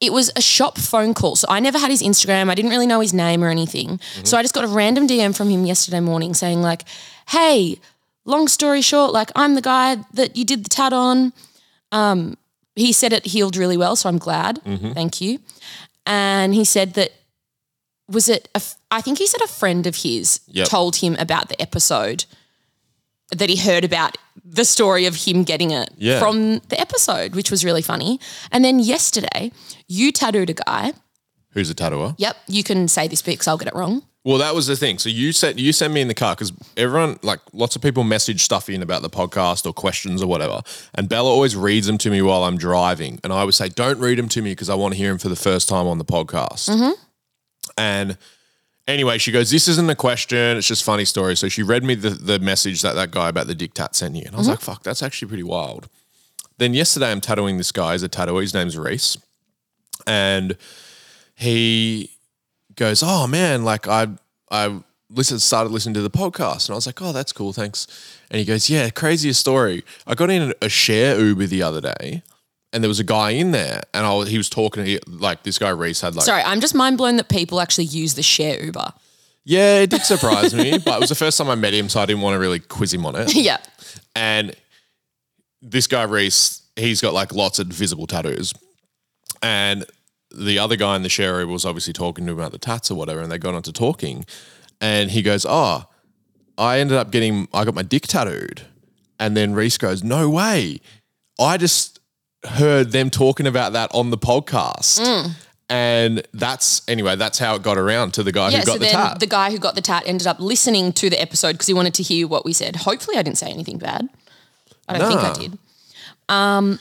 Speaker 1: it was a shop phone call. So I never had his Instagram. I didn't really know his name or anything. So I just got a random DM from him yesterday morning saying like, "Hey, long story short, like I'm the guy that you did the tat on." Um, he said it healed really well, so I'm glad. Thank you. And he said that was it? A, f- I think he said a friend of his
Speaker 2: Yep.
Speaker 1: told him about the episode that he heard about the story of him getting it
Speaker 2: Yeah.
Speaker 1: from the episode, which was really funny. And then yesterday, you tattooed a guy.
Speaker 2: Who's a tattooer?
Speaker 1: Yep, you can say this bit because I'll get it wrong.
Speaker 2: Well, that was the thing. So you sent you sent me in the car because everyone, like lots of people, message stuff in about the podcast or questions or whatever. And Bella always reads them to me while I'm driving, and I would say, "Don't read them to me because I want to hear them for the first time on the podcast." And anyway, she goes, "This isn't a question. It's just funny story." So she read me the the message that that guy about the dictat sent you, and I was like, "Fuck, that's actually pretty wild." Then yesterday, I'm tattooing this guy. He's a tattooer. His name's Reese, and he goes, "Oh man, like I I listened started listening to the podcast." And I was like, "Oh, that's cool, thanks." And he goes, "Yeah, craziest story. I got in a share Uber the other day, and there was a guy in there, and I was, he was talking he, like this guy Reese had like
Speaker 1: Sorry, I'm just mind blown that people actually use the share Uber. [LAUGHS]
Speaker 2: yeah, it did surprise me, [LAUGHS] but it was the first time I met him, so I didn't want to really quiz him on
Speaker 1: [LAUGHS]
Speaker 2: it.
Speaker 1: yeah.
Speaker 2: And this guy Reese, he's got like lots of visible tattoos. And the other guy in the share room was obviously talking to him about the tats or whatever, and they got onto talking. And he goes, Oh, I ended up getting I got my dick tattooed. And then Reese goes, No way. I just heard them talking about that on the podcast.
Speaker 1: Mm.
Speaker 2: And that's anyway, that's how it got around to the guy
Speaker 1: Yeah,
Speaker 2: who got
Speaker 1: so
Speaker 2: the
Speaker 1: then
Speaker 2: tat.
Speaker 1: the guy who got the tat ended up listening to the episode because he wanted to hear what we said. Hopefully, I didn't say anything bad. I don't think
Speaker 2: Nah.
Speaker 1: I did. Um,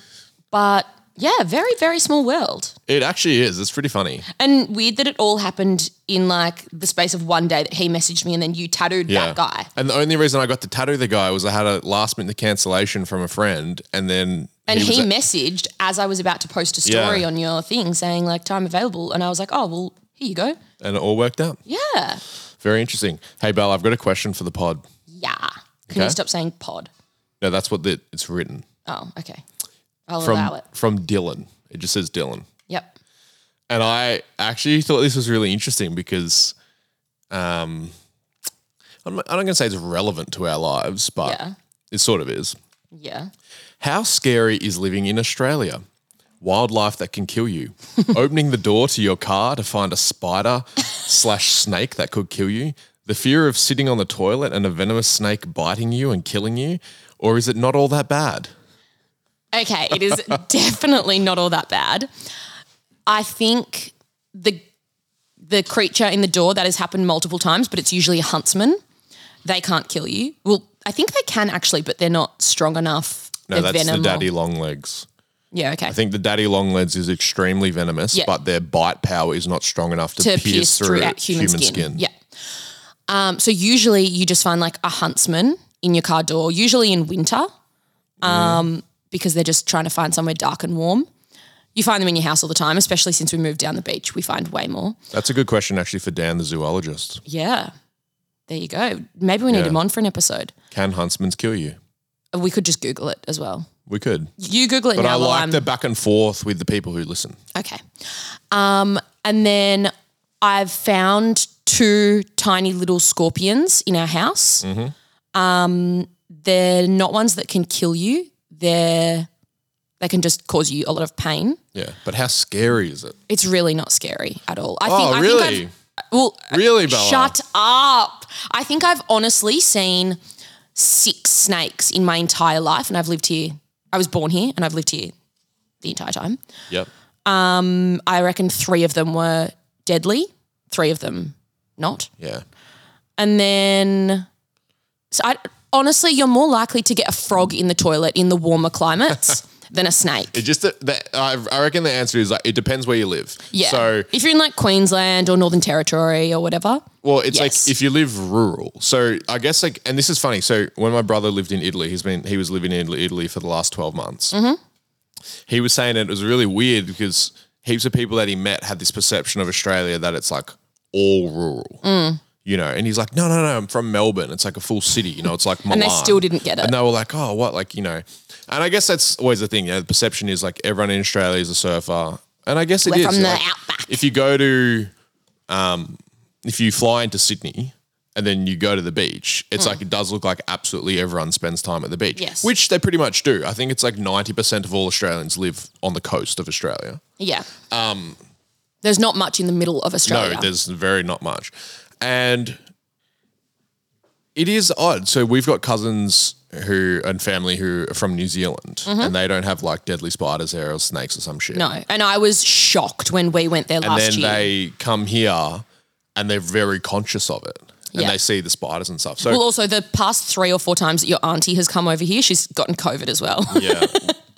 Speaker 1: but yeah, very, very small world.
Speaker 2: it actually is. It's pretty funny.
Speaker 1: And weird that it all happened in like the space of one day that he messaged me and then you tattooed that guy.
Speaker 2: And the only reason I got to tattoo the guy was I had a last minute cancellation from a friend, and then
Speaker 1: And
Speaker 2: was
Speaker 1: he,
Speaker 2: like,
Speaker 1: messaged as I was about to post a story
Speaker 2: Yeah.
Speaker 1: on your thing saying like time available. And I was like, oh, well, here you go.
Speaker 2: and it all worked out.
Speaker 1: Yeah.
Speaker 2: Very interesting. Hey, Belle, I've got a question for the pod.
Speaker 1: Yeah. Can
Speaker 2: Okay.
Speaker 1: you stop saying pod?
Speaker 2: No, that's what the, it's written
Speaker 1: Oh, okay. I'll
Speaker 2: from
Speaker 1: allow it.
Speaker 2: from Dylan. It just says Dylan,
Speaker 1: Yep.
Speaker 2: and I actually thought this was really interesting because, um, I'm, I'm not going to say it's relevant to our lives, but
Speaker 1: Yeah.
Speaker 2: it sort of is.
Speaker 1: Yeah.
Speaker 2: How scary is living in Australia? Wildlife that can kill you. [LAUGHS] Opening the door to your car to find a spider slash snake that could kill you. The fear of sitting on the toilet and a venomous snake biting you and killing you. Or is it not all that bad?
Speaker 1: Okay, it
Speaker 2: [LAUGHS]
Speaker 1: is definitely not all that bad. I think the the creature in the door that has happened multiple times, but it's usually a huntsman. They can't kill you. Well, I think they can actually, but they're not strong enough
Speaker 2: No,
Speaker 1: The
Speaker 2: that's
Speaker 1: venom or-
Speaker 2: the daddy long legs.
Speaker 1: Yeah, okay.
Speaker 2: I think the daddy long legs is extremely venomous,
Speaker 1: Yeah.
Speaker 2: but their bite power is not strong enough to, pierce, through,
Speaker 1: a-
Speaker 2: human, skin.
Speaker 1: Yeah. Um, so usually you just find like a huntsman in your car door, usually in winter, um, because they're just trying to find somewhere dark and warm. You find them in your house all the time, especially since we moved down the beach. We find way more.
Speaker 2: That's a good question, actually, for Dan, the zoologist.
Speaker 1: Yeah. There you go. Maybe we need
Speaker 2: Yeah.
Speaker 1: him on for an episode.
Speaker 2: Can huntsmen kill you?
Speaker 1: We could just Google it as well.
Speaker 2: We could.
Speaker 1: You Google it
Speaker 2: But
Speaker 1: now
Speaker 2: I
Speaker 1: while
Speaker 2: like
Speaker 1: I'm
Speaker 2: the back and forth with the people who listen.
Speaker 1: Okay. Um, and then I've found two tiny little scorpions in our house. Um,
Speaker 2: Mm-hmm.
Speaker 1: they're not ones that can kill you. They're they can just cause you a lot of pain.
Speaker 2: Yeah. But how scary is it?
Speaker 1: It's really not scary at all. I
Speaker 2: Oh,
Speaker 1: think, I
Speaker 2: really?
Speaker 1: think I've, well,
Speaker 2: Really, Bella?
Speaker 1: shut up. I think I've honestly seen six snakes in my entire life, and I've lived here. I was born here, and I've lived here the entire time.
Speaker 2: Yep.
Speaker 1: I reckon three of them were deadly, three of them not.
Speaker 2: Yeah.
Speaker 1: And then, so I, honestly, you're more likely to get a frog in the toilet in the warmer
Speaker 2: [LAUGHS]
Speaker 1: climates than a snake.
Speaker 2: It just that I, I reckon the answer is like it depends where you live.
Speaker 1: Yeah.
Speaker 2: So
Speaker 1: if you're in like Queensland or Northern Territory or whatever,
Speaker 2: well, it's
Speaker 1: Yes.
Speaker 2: like if you live rural. So I guess like, and this is funny. So when my brother lived in Italy, he's been he was living in Italy for the last twelve months.
Speaker 1: Mm-hmm.
Speaker 2: He was saying it was really weird because heaps of people that he met had this perception of Australia that it's like all rural.
Speaker 1: Mm.
Speaker 2: You know, and he's like, no, no, no, I'm from Melbourne. It's like a full city. You know,
Speaker 1: [LAUGHS]
Speaker 2: it's like Milan.
Speaker 1: they still didn't get it.
Speaker 2: And they were like, oh, what? Like, you know, and I guess that's always the thing. You know, the perception is like everyone in Australia is a surfer, and I guess it is
Speaker 1: We're from the
Speaker 2: like,
Speaker 1: outback.
Speaker 2: If you go to if you fly into Sydney and then you go to the beach, it's like it does look like absolutely everyone spends time at the beach.
Speaker 1: Hmm. Yes.
Speaker 2: Which they pretty much do. I think it's like 90% of all Australians live on the coast of Australia.
Speaker 1: yeah. Um, There's not much in the middle of Australia.
Speaker 2: No, there's very not much. And it is odd. So we've got cousins who and family who are from New Zealand and they don't have like deadly spiders there or snakes or some shit.
Speaker 1: Mm-hmm. No. And I was shocked when we went there
Speaker 2: and
Speaker 1: last
Speaker 2: then
Speaker 1: year.
Speaker 2: they come here and they're very conscious of it. And
Speaker 1: Yeah.
Speaker 2: they see the spiders and stuff. So
Speaker 1: well, also the past three or four times that your auntie has come over here, she's gotten COVID as well.
Speaker 2: Yeah.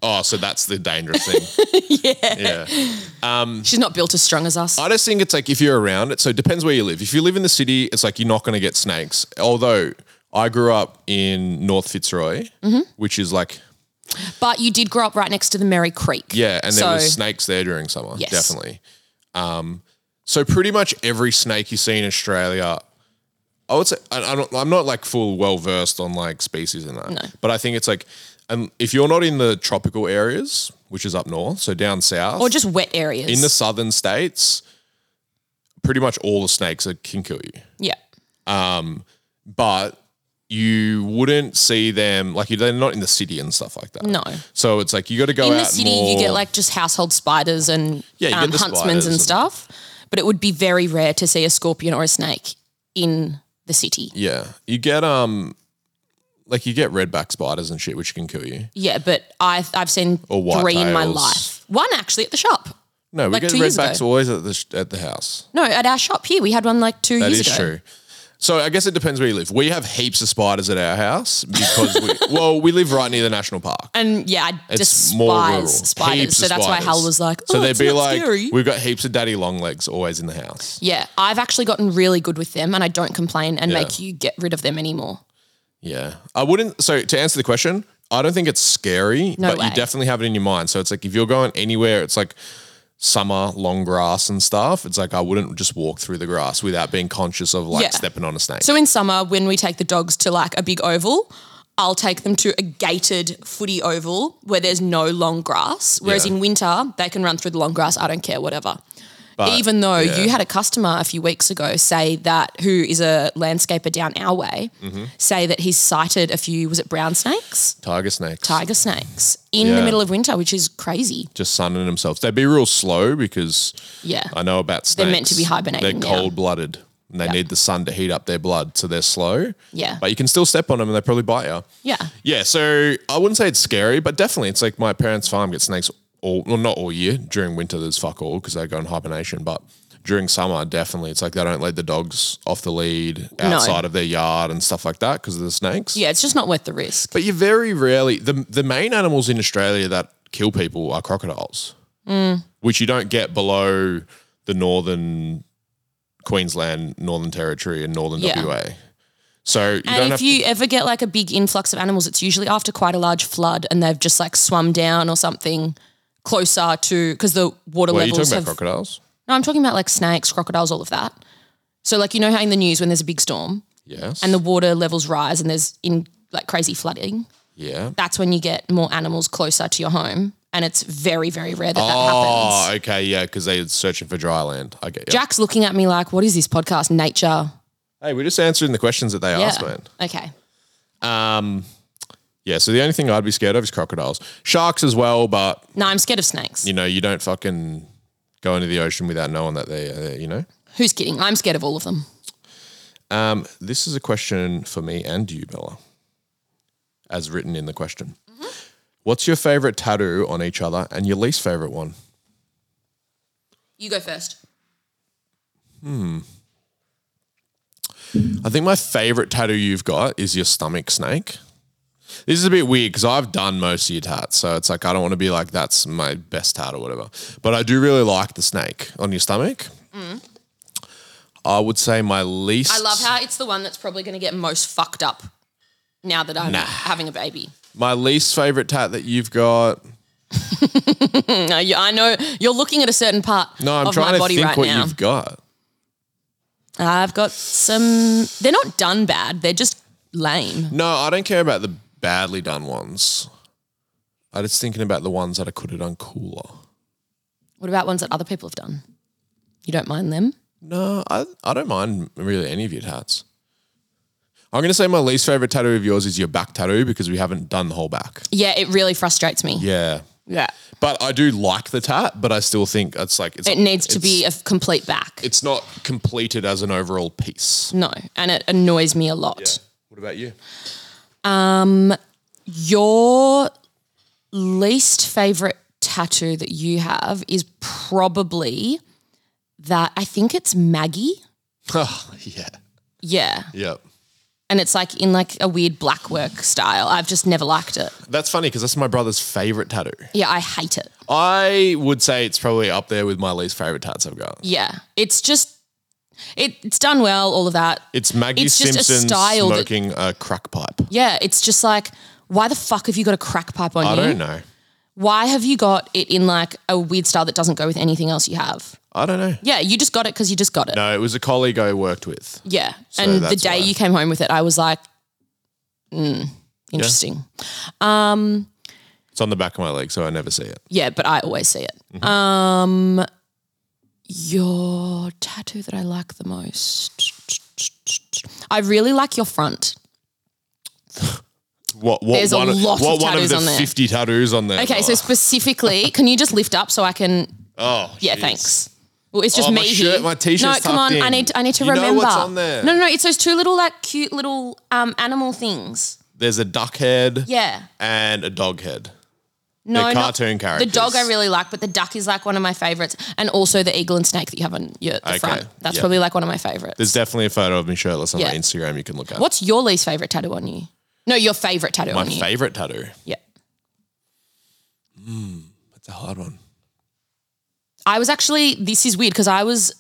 Speaker 2: Oh, so that's the dangerous thing. yeah. Yeah.
Speaker 1: [LAUGHS] she's not built as strong as us.
Speaker 2: I just think it's like if you're around it, so it depends where you live. If you live in the city, it's like you're not going to get snakes. Although I grew up in North Fitzroy,
Speaker 1: Mm-hmm.
Speaker 2: which is like,
Speaker 1: But you did grow up right next to the Merry Creek.
Speaker 2: yeah, and there
Speaker 1: So-
Speaker 2: were snakes there during summer,
Speaker 1: Yes.
Speaker 2: definitely. Um, so pretty much every snake you see in Australia, I would say, I, I don't, I'm not like full well versed on like species and that, but I think it's like, um, if you're not in the tropical areas, which is up north, so down south,
Speaker 1: Or just wet areas.
Speaker 2: in the southern states, pretty much all the snakes are, can kill you.
Speaker 1: yeah.
Speaker 2: But you wouldn't see them like you- they're not in the city and stuff like that.
Speaker 1: No.
Speaker 2: So it's like you got to go
Speaker 1: In
Speaker 2: out
Speaker 1: the city,
Speaker 2: more-
Speaker 1: you get like just household spiders and
Speaker 2: Yeah, you get
Speaker 1: um,
Speaker 2: the
Speaker 1: huntsmans
Speaker 2: spiders
Speaker 1: and
Speaker 2: and-
Speaker 1: stuff. But it would be very rare to see a scorpion or a snake in the city.
Speaker 2: yeah, you get um like you get redback spiders and shit which can kill you.
Speaker 1: Yeah, but I, I've seen
Speaker 2: Or white
Speaker 1: three in my
Speaker 2: tails.
Speaker 1: life. One actually at the shop.
Speaker 2: No, we
Speaker 1: Like
Speaker 2: get
Speaker 1: two years
Speaker 2: redbacks
Speaker 1: ago.
Speaker 2: always at the sh- at the house.
Speaker 1: No, at our shop here, we had one like two
Speaker 2: That
Speaker 1: years
Speaker 2: is
Speaker 1: ago.
Speaker 2: true. So I guess it depends where you live. We have heaps of spiders at our house because we [LAUGHS] well we live right near the national park.
Speaker 1: And yeah, I
Speaker 2: it's more rural.
Speaker 1: despise spiders.
Speaker 2: Heaps
Speaker 1: So
Speaker 2: of
Speaker 1: that's why
Speaker 2: spiders.
Speaker 1: Hal was like, oh,
Speaker 2: so they'd
Speaker 1: it's
Speaker 2: be
Speaker 1: not
Speaker 2: like,
Speaker 1: scary.
Speaker 2: we've got heaps of daddy long legs always in the house.
Speaker 1: Yeah, I've actually gotten really good with them and I don't complain and make you get rid of them anymore.
Speaker 2: Yeah, I wouldn't. So to answer the question, I don't think it's scary,
Speaker 1: No
Speaker 2: but
Speaker 1: way.
Speaker 2: you definitely have it in your mind. So it's like if you're going anywhere, it's like summer, long grass and stuff. It's like I wouldn't just walk through the grass without being conscious of like
Speaker 1: Yeah.
Speaker 2: stepping on a snake.
Speaker 1: So in summer, when we take the dogs to like a big oval, I'll take them to a gated footy oval where there's no long grass. Whereas
Speaker 2: Yeah.
Speaker 1: in winter, they can run through the long grass. I don't care, whatever.
Speaker 2: But,
Speaker 1: Even though
Speaker 2: yeah.
Speaker 1: you had a customer a few weeks ago say that, who is a landscaper down our way,
Speaker 2: Mm-hmm.
Speaker 1: say that he's sighted a few, was it brown snakes?
Speaker 2: tiger snakes,
Speaker 1: Tiger snakes in the
Speaker 2: Yeah.
Speaker 1: middle of winter, which is crazy.
Speaker 2: just sunning themselves. They'd be real slow because
Speaker 1: Yeah.
Speaker 2: I
Speaker 1: [LAUGHS]
Speaker 2: know about snakes.
Speaker 1: meant to be hibernating
Speaker 2: They're
Speaker 1: now.
Speaker 2: cold blooded. And they need the sun to heat up their blood, so they're slow.
Speaker 1: Yeah.
Speaker 2: but you can still step on them, and they probably bite you.
Speaker 1: yeah.
Speaker 2: Yeah, so I wouldn't say it's scary, but definitely it's like my parents' farm gets snakes all well, not all year. During winter there's fuck all because they go in hibernation, but during summer, definitely, it's like they don't let the dogs off the lead
Speaker 1: No.
Speaker 2: outside of their yard and stuff like that because of the snakes.
Speaker 1: Yeah, it's just not worth the risk.
Speaker 2: But you very rarely the the main animals in Australia that kill people are crocodiles,
Speaker 1: Mm.
Speaker 2: which you don't get below the northern Queensland, Northern Territory, and Northern
Speaker 1: Yeah.
Speaker 2: WA. So you don't
Speaker 1: and
Speaker 2: have
Speaker 1: if you ever get like a big influx of animals, it's usually after quite a large flood and they've just like swum down or something closer to because the water
Speaker 2: What are you
Speaker 1: levels
Speaker 2: talking
Speaker 1: have.
Speaker 2: about crocodiles?
Speaker 1: no, I'm talking about like snakes, crocodiles, all of that. So like you know how in the news when there's a big storm
Speaker 2: Yes.
Speaker 1: and the water levels rise and there's in like crazy flooding,
Speaker 2: yeah.
Speaker 1: that's when you get more animals closer to your home, and it's very very rare that that happens.
Speaker 2: Oh, okay, yeah, because they're searching for dry land. I get you.
Speaker 1: Jack's looking at me like, "What is this podcast? Nature?"
Speaker 2: Hey, we're just answering the questions that they asked, man.
Speaker 1: Okay.
Speaker 2: Um, yeah, so the only thing I'd be scared of is crocodiles. Sharks as well, but
Speaker 1: No, I'm scared of snakes.
Speaker 2: you know, you don't fucking go into the ocean without knowing that they, uh, you know.
Speaker 1: Who's kidding? I'm scared of all of them.
Speaker 2: Um, this is a question for me and you, Bella, as written in the question.
Speaker 1: Mm-hmm.
Speaker 2: What's your favorite tattoo on each other and your least favorite one?
Speaker 1: You go first.
Speaker 2: I think my favorite tattoo you've got is your stomach snake. This is a bit weird because I've done most of your tats, so it's like I don't want to be like that's my best tat or whatever. But I do really like the snake on your stomach. I would say my least.
Speaker 1: Mm. I love how it's the one that's probably going to get most fucked up now that I'm having a baby.
Speaker 2: my least favorite tat that you've got.
Speaker 1: Mm, No, you, I know you're looking at a certain part
Speaker 2: No, I'm
Speaker 1: of
Speaker 2: trying
Speaker 1: my
Speaker 2: to
Speaker 1: body
Speaker 2: think
Speaker 1: right
Speaker 2: what
Speaker 1: now.
Speaker 2: you've got.
Speaker 1: I've got some. They're not done bad. They're just lame.
Speaker 2: No, I don't care about the badly done ones. I was thinking about the ones that I could have done cooler.
Speaker 1: What about ones that other people have done? You don't mind them?
Speaker 2: No, I, I don't mind really any of your tats. I'm going to say my least favorite tattoo of yours is your back tattoo because we haven't done the whole back.
Speaker 1: Yeah, it really frustrates me.
Speaker 2: Yeah.
Speaker 1: Yeah.
Speaker 2: But I do like the tat, but I still think it's like, it's,
Speaker 1: It needs to be a complete back.
Speaker 2: it's not completed as an overall piece.
Speaker 1: No, and it annoys me a lot.
Speaker 2: What about you?
Speaker 1: Your least favorite tattoo that you have is probably that I think it's Maggie.
Speaker 2: [LAUGHS] Oh, yeah.
Speaker 1: Yeah.
Speaker 2: Yep.
Speaker 1: And it's like in like a weird black work style. I've just never liked it.
Speaker 2: That's funny because that's my brother's favorite tattoo.
Speaker 1: Yeah, I hate it.
Speaker 2: I would say it's probably up there with my least favorite tats I've got.
Speaker 1: Yeah. It's just it, it's done well, all of that.
Speaker 2: It's Maggie
Speaker 1: It's just a
Speaker 2: Simpson
Speaker 1: style that-
Speaker 2: smoking a crack pipe.
Speaker 1: yeah, it's just like why the fuck have you got a crack pipe on
Speaker 2: I
Speaker 1: you?
Speaker 2: don't know.
Speaker 1: Why have you got it in like a weird style that doesn't go with anything else you have?
Speaker 2: I don't know.
Speaker 1: Yeah, you just got it because you just got it.
Speaker 2: No, it was a colleague I worked with.
Speaker 1: Yeah. and the
Speaker 2: that's
Speaker 1: day
Speaker 2: why.
Speaker 1: you came home with it, I was like, mm, interesting. Yeah.
Speaker 2: It's on the back of my leg, so I never see it.
Speaker 1: but I always see it.
Speaker 2: Mm-hmm.
Speaker 1: Um, your tattoo that I like the most. I really like your front.
Speaker 2: What? What?
Speaker 1: There's a
Speaker 2: one, of-
Speaker 1: lot of
Speaker 2: what one
Speaker 1: tattoos
Speaker 2: of the
Speaker 1: on there.
Speaker 2: fifty tattoos on there?
Speaker 1: Okay, so specifically, can you just lift up so I can?
Speaker 2: oh,
Speaker 1: Yeah,
Speaker 2: jeez.
Speaker 1: thanks. Well, it's just
Speaker 2: Oh,
Speaker 1: me
Speaker 2: my shirt-
Speaker 1: here.
Speaker 2: my t-shirt's
Speaker 1: No, come on.
Speaker 2: tucked
Speaker 1: I
Speaker 2: in.
Speaker 1: need. To, I need to
Speaker 2: You know
Speaker 1: remember.
Speaker 2: what's on there.
Speaker 1: No, no, no. It's those two little, like, cute little um, animal things.
Speaker 2: There's a duck head
Speaker 1: Yeah.
Speaker 2: and a dog head.
Speaker 1: No,
Speaker 2: They're
Speaker 1: not-
Speaker 2: cartoon characters.
Speaker 1: The dog I really like, but the duck is like one of my favorites, and also the eagle and snake that you have on your the
Speaker 2: Okay,
Speaker 1: front. That's
Speaker 2: yeah.
Speaker 1: probably like one of my favorites.
Speaker 2: There's definitely a photo of me shirtless on my
Speaker 1: Yeah.
Speaker 2: Instagram. You can look at
Speaker 1: What's your least favorite tattoo on you? No, your favorite tattoo
Speaker 2: my
Speaker 1: on you.
Speaker 2: favorite tattoo.
Speaker 1: yeah,
Speaker 2: That's a hard one.
Speaker 1: I was actually. This is weird because I was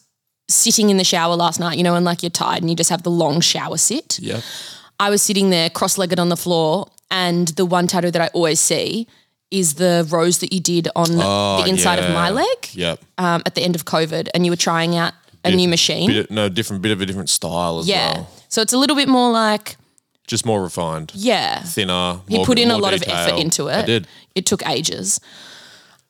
Speaker 1: sitting in the shower last night. You know, and like you're tired and you just have the long shower sit.
Speaker 2: Yeah.
Speaker 1: I was sitting there cross-legged on the floor, and the one tattoo that I always see is the rose that you did on the inside of
Speaker 2: Oh, yeah.
Speaker 1: my leg
Speaker 2: Yep.
Speaker 1: um, at the end of COVID, and you were trying out a new machine.
Speaker 2: Bit of- no, different. Bit of a different style as
Speaker 1: Yeah.
Speaker 2: well.
Speaker 1: So it's a little bit more like,
Speaker 2: Just more refined,
Speaker 1: yeah.
Speaker 2: thinner.
Speaker 1: He
Speaker 2: more-
Speaker 1: put in a
Speaker 2: more
Speaker 1: lot
Speaker 2: detail.
Speaker 1: of effort into it.
Speaker 2: I did.
Speaker 1: It took ages.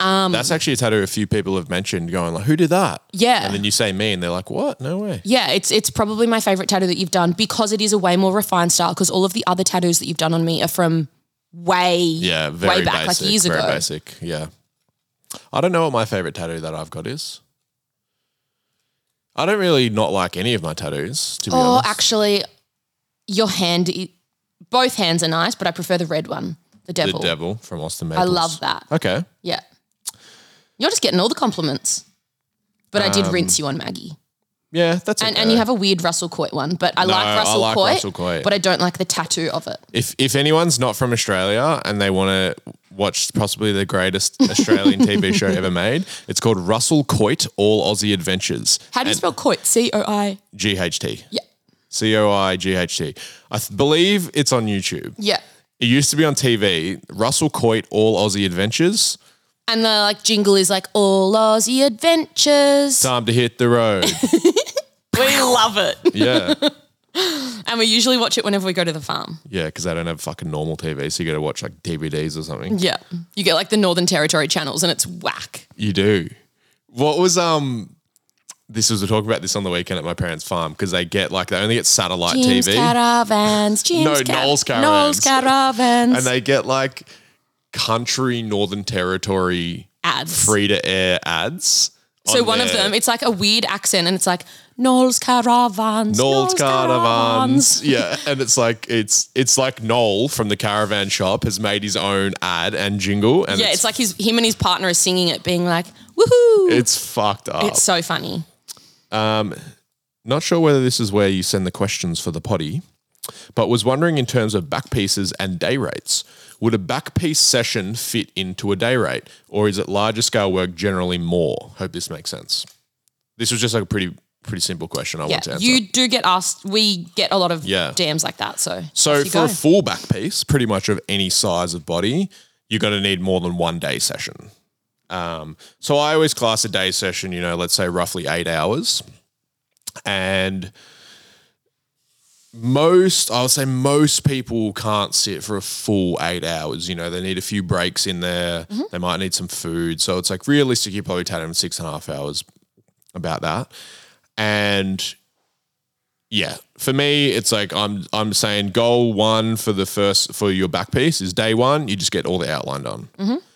Speaker 1: Mm.
Speaker 2: That's actually a tattoo a few people have mentioned, going like, "Who did that?"
Speaker 1: Yeah.
Speaker 2: And then you say me, and they're like, "What? No way."
Speaker 1: Yeah, it's it's probably my favorite tattoo that you've done because it is a way more refined style because all of the other tattoos that you've done on me are from way
Speaker 2: Yeah, very
Speaker 1: way back
Speaker 2: basic,
Speaker 1: like years
Speaker 2: very
Speaker 1: ago.
Speaker 2: basic. Yeah. I don't know what my favorite tattoo that I've got is. I don't really not like any of my tattoos, to be
Speaker 1: Or
Speaker 2: honest.
Speaker 1: Oh, actually your hand i- both hands are nice, but I prefer the red one, the
Speaker 2: the
Speaker 1: devil.
Speaker 2: devil from Austin
Speaker 1: I
Speaker 2: Maples.
Speaker 1: love that.
Speaker 2: Okay.
Speaker 1: Yeah. You're just getting all the compliments. But I did
Speaker 2: Um,
Speaker 1: rinse you on Maggie.
Speaker 2: Yeah, that's
Speaker 1: And, and you have a weird Russell Coit one, but I
Speaker 2: I
Speaker 1: like Russell
Speaker 2: like
Speaker 1: Coit.
Speaker 2: Russell Coit.
Speaker 1: But I don't like the tattoo of it.
Speaker 2: if if anyone's not from Australia and they want to watch possibly the greatest Australian TV show ever made, it's called Russell Coit All Aussie Adventures.
Speaker 1: How do you spell Coit? C O I.
Speaker 2: GHT.
Speaker 1: Yeah.
Speaker 2: C O I G H T. I th- believe it's on YouTube.
Speaker 1: Yeah.
Speaker 2: It used to be on TV. Russell Coit All Aussie Adventures.
Speaker 1: And the like jingle is like all Aussie adventures.
Speaker 2: Time to hit
Speaker 1: [LAUGHS]
Speaker 2: the road.
Speaker 1: We love it.
Speaker 2: [LAUGHS] Yeah.
Speaker 1: And we usually watch it whenever we go to the farm.
Speaker 2: Yeah, because I don't have fucking normal TV. So you got to watch like DVDs or something.
Speaker 1: Yeah. You get like the Northern Territory channels and it's whack.
Speaker 2: You do. What was, um, this was, we talking about this on the weekend at my parents' farm because they get like, they only get satellite
Speaker 1: Jim's
Speaker 2: TV.
Speaker 1: Caravans. Jim's
Speaker 2: [LAUGHS] No, Noel's Caravans.
Speaker 1: Noel's Caravans.
Speaker 2: and they get like country Northern Territory
Speaker 1: ads.
Speaker 2: free to air ads.
Speaker 1: So
Speaker 2: on
Speaker 1: one of
Speaker 2: their
Speaker 1: them, it's like a weird accent and it's like Noel's Caravans.
Speaker 2: Noel's
Speaker 1: Caravans.
Speaker 2: caravans. yeah, and it's like it's it's like Noel from the caravan shop has made his own ad and jingle, and
Speaker 1: Yeah,
Speaker 2: it's,
Speaker 1: it's like his him and his partner are singing it, being like, woohoo. It's,
Speaker 2: it's fucked up.
Speaker 1: so funny.
Speaker 2: Not sure whether this is where you send the questions for the potty, but was wondering in terms of back pieces and day rates, would a back piece session fit into a day rate, or is it larger scale work generally more? Hope this makes sense. This was just like a pretty pretty simple question I
Speaker 1: Yeah.
Speaker 2: want to answer.
Speaker 1: You do get asked, we get a lot of
Speaker 2: Yeah.
Speaker 1: DMs like that. So,
Speaker 2: So
Speaker 1: off you
Speaker 2: for
Speaker 1: go.
Speaker 2: a full back piece, pretty much of any size of body, you're going to need more than one day session. Um, so I always class a day session, you know, let's say roughly eight hours, and most I would say most people can't sit for a full eight hours. You know, they need a few breaks in there.
Speaker 1: Mm-hmm.
Speaker 2: They might need some food. So it's like realistic, you probably take them six and a half hours about that. And yeah, for me, it's like I'm I'm saying goal one for the first for your back piece is day one. You just get all the outline done.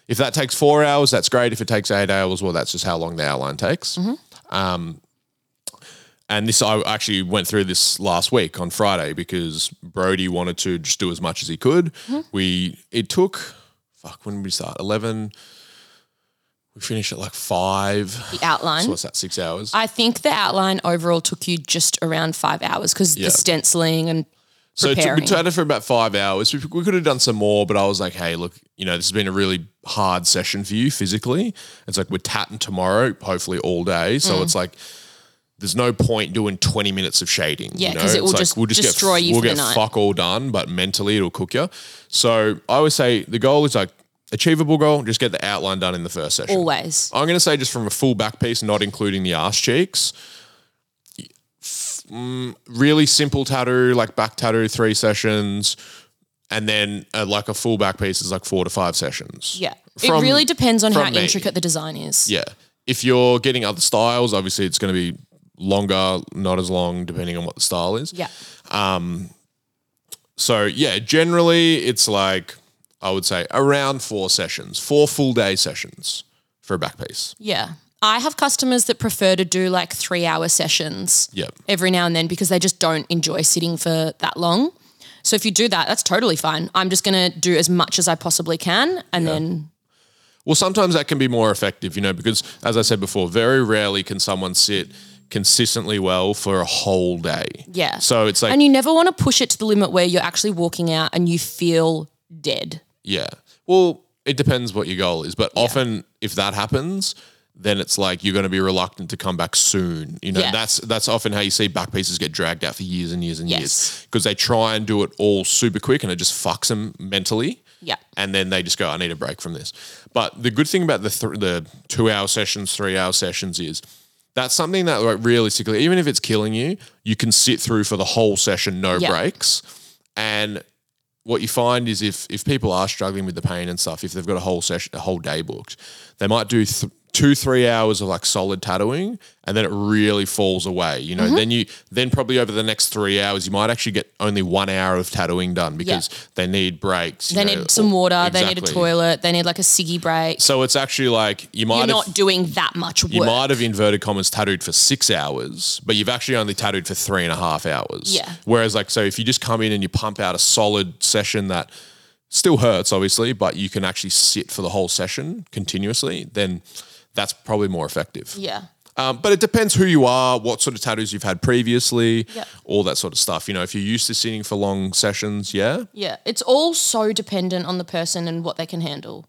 Speaker 2: If that takes four hours, that's great. If it takes eight hours, well, that's just how long the outline takes. Um, and this I actually went through this last week on Friday because Brody wanted to just do as much as he could. We it took fuck when did we start eleven. We finished at like five.
Speaker 1: the outline.
Speaker 2: So what's that? Six hours.
Speaker 1: I think the outline overall took you just around five hours because
Speaker 2: Yeah.
Speaker 1: the stenciling and
Speaker 2: So it took, we
Speaker 1: preparing.
Speaker 2: tried it for about five hours. We, we could have done some more, but I was like, hey, look, you know, this has been a really hard session for you physically. It's like we're tatting tomorrow, hopefully all day. So
Speaker 1: Mm.
Speaker 2: it's like there's no point doing 20 minutes of shading.
Speaker 1: Yeah,
Speaker 2: you know?
Speaker 1: 'cause it
Speaker 2: It's
Speaker 1: will
Speaker 2: like,
Speaker 1: just
Speaker 2: get-
Speaker 1: destroy you
Speaker 2: We'll
Speaker 1: for the
Speaker 2: get
Speaker 1: night.
Speaker 2: fuck all done, but mentally it'll cook you. So I always say the goal is like achievable goal, just get the outline done in the first session.
Speaker 1: always.
Speaker 2: I'm going to say just from a full back piece, not including the arse cheeks. F- mm, really simple tattoo, like back tattoo, three sessions, and then uh, like a full back piece is like four to five sessions.
Speaker 1: Yeah.
Speaker 2: From-
Speaker 1: it really depends on how
Speaker 2: from me.
Speaker 1: intricate the design is.
Speaker 2: Yeah. If you're getting other styles, obviously it's going to be longer, not as long, depending on what the style is.
Speaker 1: Yeah.
Speaker 2: So yeah, generally it's like I would say around four sessions, four full day sessions for a back piece.
Speaker 1: Yeah. I have customers that prefer to do like three hour sessions
Speaker 2: Yep.
Speaker 1: every now and then because they just don't enjoy sitting for that long. So if you do that, that's totally fine. I'm just going to do as much as I possibly can. And then,
Speaker 2: Well, sometimes that can be more effective, you know, because as I said before, very rarely can someone sit consistently well for a whole day.
Speaker 1: yeah.
Speaker 2: So it's like,
Speaker 1: and you never want to push it to the limit where you're actually walking out and you feel dead.
Speaker 2: yeah. Well, it depends what your goal is, but often if that happens, then it's like you're going to be reluctant to come back soon. You know,
Speaker 1: Yeah.
Speaker 2: that's that's often how you see back pieces get dragged out for years and years and years
Speaker 1: Yes.
Speaker 2: because they try and do it all super quick and it just fucks them mentally.
Speaker 1: Yeah.
Speaker 2: and then they just go, I need a break from this. But the good thing about the th- the two hour sessions, three hour sessions is that's something that like, realistically, even if it's killing you, you can sit through for the whole session, no
Speaker 1: Yeah.
Speaker 2: breaks. And what you find is if if people are struggling with the pain and stuff, if they've got a whole session, a whole day booked, they might do th- two three hours of like solid tattooing, and then it really falls away. You
Speaker 1: Mm-hmm.
Speaker 2: know, then you then probably over the next three hours, you might actually get only one hour of tattooing done because they need breaks. you
Speaker 1: They
Speaker 2: know,
Speaker 1: need some water. They need a
Speaker 2: exactly.
Speaker 1: toilet. They need like a ciggy break.
Speaker 2: So it's actually like you might
Speaker 1: You're
Speaker 2: have,
Speaker 1: not doing that much
Speaker 2: you
Speaker 1: work.
Speaker 2: might have inverted commas tattooed for six hours, but you've actually only tattooed for three and a half hours.
Speaker 1: Yeah.
Speaker 2: Whereas like so if you just come in and you pump out a solid session that still hurts, obviously, but you can actually sit for the whole session continuously, then that's probably more effective.
Speaker 1: yeah.
Speaker 2: Um, but it depends who you are, what sort of tattoos you've had previously,
Speaker 1: Yep.
Speaker 2: all that sort of stuff. You know, if you're used to sitting for long sessions, yeah,
Speaker 1: Yeah, it's all so dependent on the person and what they can handle.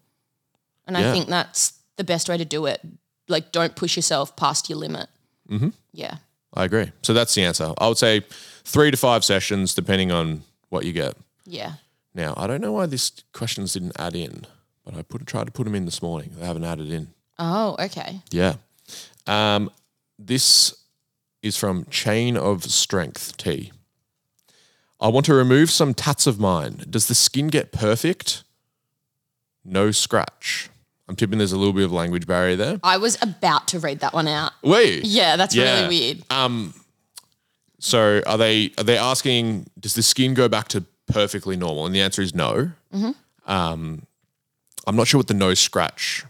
Speaker 1: And
Speaker 2: Yeah.
Speaker 1: I think that's the best way to do it. Like, don't push yourself past your limit. Mm-hmm. Yeah.
Speaker 2: I agree. So that's the answer. I would say three to five sessions, depending on what you get.
Speaker 1: Yeah.
Speaker 2: Now, I don't know why these questions didn't add in, but I put tried to put them in this morning. They haven't added in.
Speaker 1: Oh, okay.
Speaker 2: Yeah. Um, this is from Chain of Strength T. I want to remove some tats of mine. Does the skin get perfect? No scratch. I'm tipping there's a little bit of language barrier there.
Speaker 1: I was about to read that one out.
Speaker 2: Wait.
Speaker 1: Yeah, that's
Speaker 2: Yeah. Uh,
Speaker 1: really weird.
Speaker 2: So are they are they asking does the skin go back to perfectly normal? And the answer is no. Um, I'm not sure what the no scratch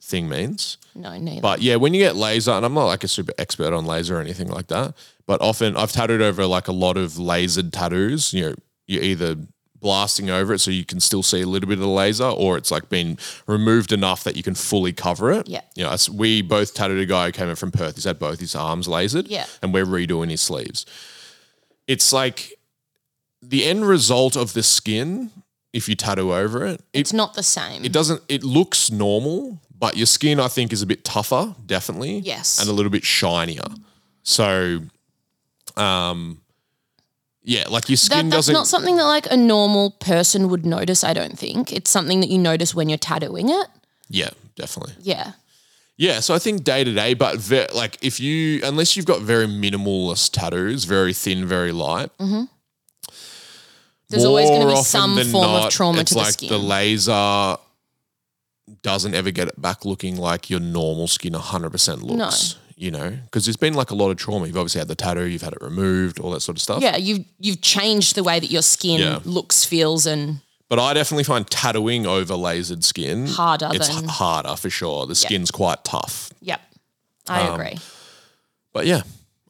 Speaker 2: thing means.
Speaker 1: No, neither.
Speaker 2: But yeah, when you get laser, and I'm not like a super expert on laser or anything like that, but often I've tattooed over like a lot of lasered tattoos. You know, you're either blasting over it so you can still see a little bit of the laser, or it's like been removed enough that you can fully cover it.
Speaker 1: Yeah.
Speaker 2: You know, us- we both tattooed a guy who came in from Perth. He's had both his arms lasered.
Speaker 1: Yeah.
Speaker 2: And we're redoing his sleeves. It's like the end result of the skin, if you tattoo over it, it
Speaker 1: it's not the same.
Speaker 2: it doesn't it looks normal but your skin i think is a bit tougher definitely
Speaker 1: Yes.
Speaker 2: and a little bit shinier so um yeah like your
Speaker 1: that,
Speaker 2: skin
Speaker 1: that's
Speaker 2: doesn't
Speaker 1: not something that like a normal person would notice, I don't think. It's something that you notice when you're tattooing it.
Speaker 2: yeah definitely
Speaker 1: Yeah.
Speaker 2: yeah so i think day to day but ve- like if you unless you've got very minimalist tattoos very thin very light
Speaker 1: There's always going
Speaker 2: more
Speaker 1: to be
Speaker 2: often
Speaker 1: some
Speaker 2: than
Speaker 1: form
Speaker 2: not,
Speaker 1: of trauma
Speaker 2: it's
Speaker 1: to
Speaker 2: like
Speaker 1: the skin.
Speaker 2: The laser doesn't ever get it back looking like your normal skin 100% looks. You know, because there's been like a lot of trauma. You've obviously had the tattoo, you've had it removed, all that sort of stuff.
Speaker 1: yeah, you've you've changed the way that your skin
Speaker 2: Yeah.
Speaker 1: looks, feels, and
Speaker 2: But I definitely find tattooing over lasered skin
Speaker 1: Harder
Speaker 2: It's
Speaker 1: than-
Speaker 2: h- harder for sure. The skin's quite tough.
Speaker 1: yep. I
Speaker 2: Um,
Speaker 1: agree.
Speaker 2: But yeah,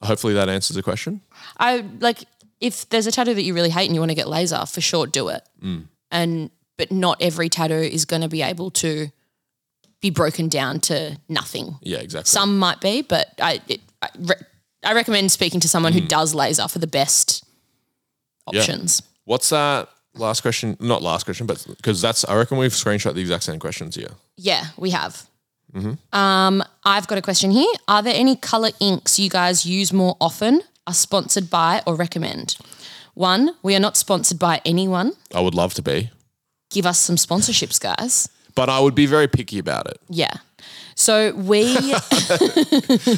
Speaker 2: hopefully that answers the question.
Speaker 1: I like if there's a tattoo that you really hate and you want to get laser, for sure do it. And but not every tattoo is going to be able to be broken down to nothing.
Speaker 2: Yeah, exactly.
Speaker 1: Some might be, but I it, I, re- I recommend speaking to someone who does laser for the best options.
Speaker 2: What's that last question? Not last question, but because that's, I reckon we've screenshot the exact same questions here.
Speaker 1: Yeah, we have. Um, I've got a question here. Are there any color inks you guys use more often, are sponsored by, or recommend? One, we are not sponsored by anyone.
Speaker 2: I would love to be,
Speaker 1: Give us some sponsorships, guys.
Speaker 2: but I would be very picky about it.
Speaker 1: Yeah. So we,
Speaker 2: [LAUGHS]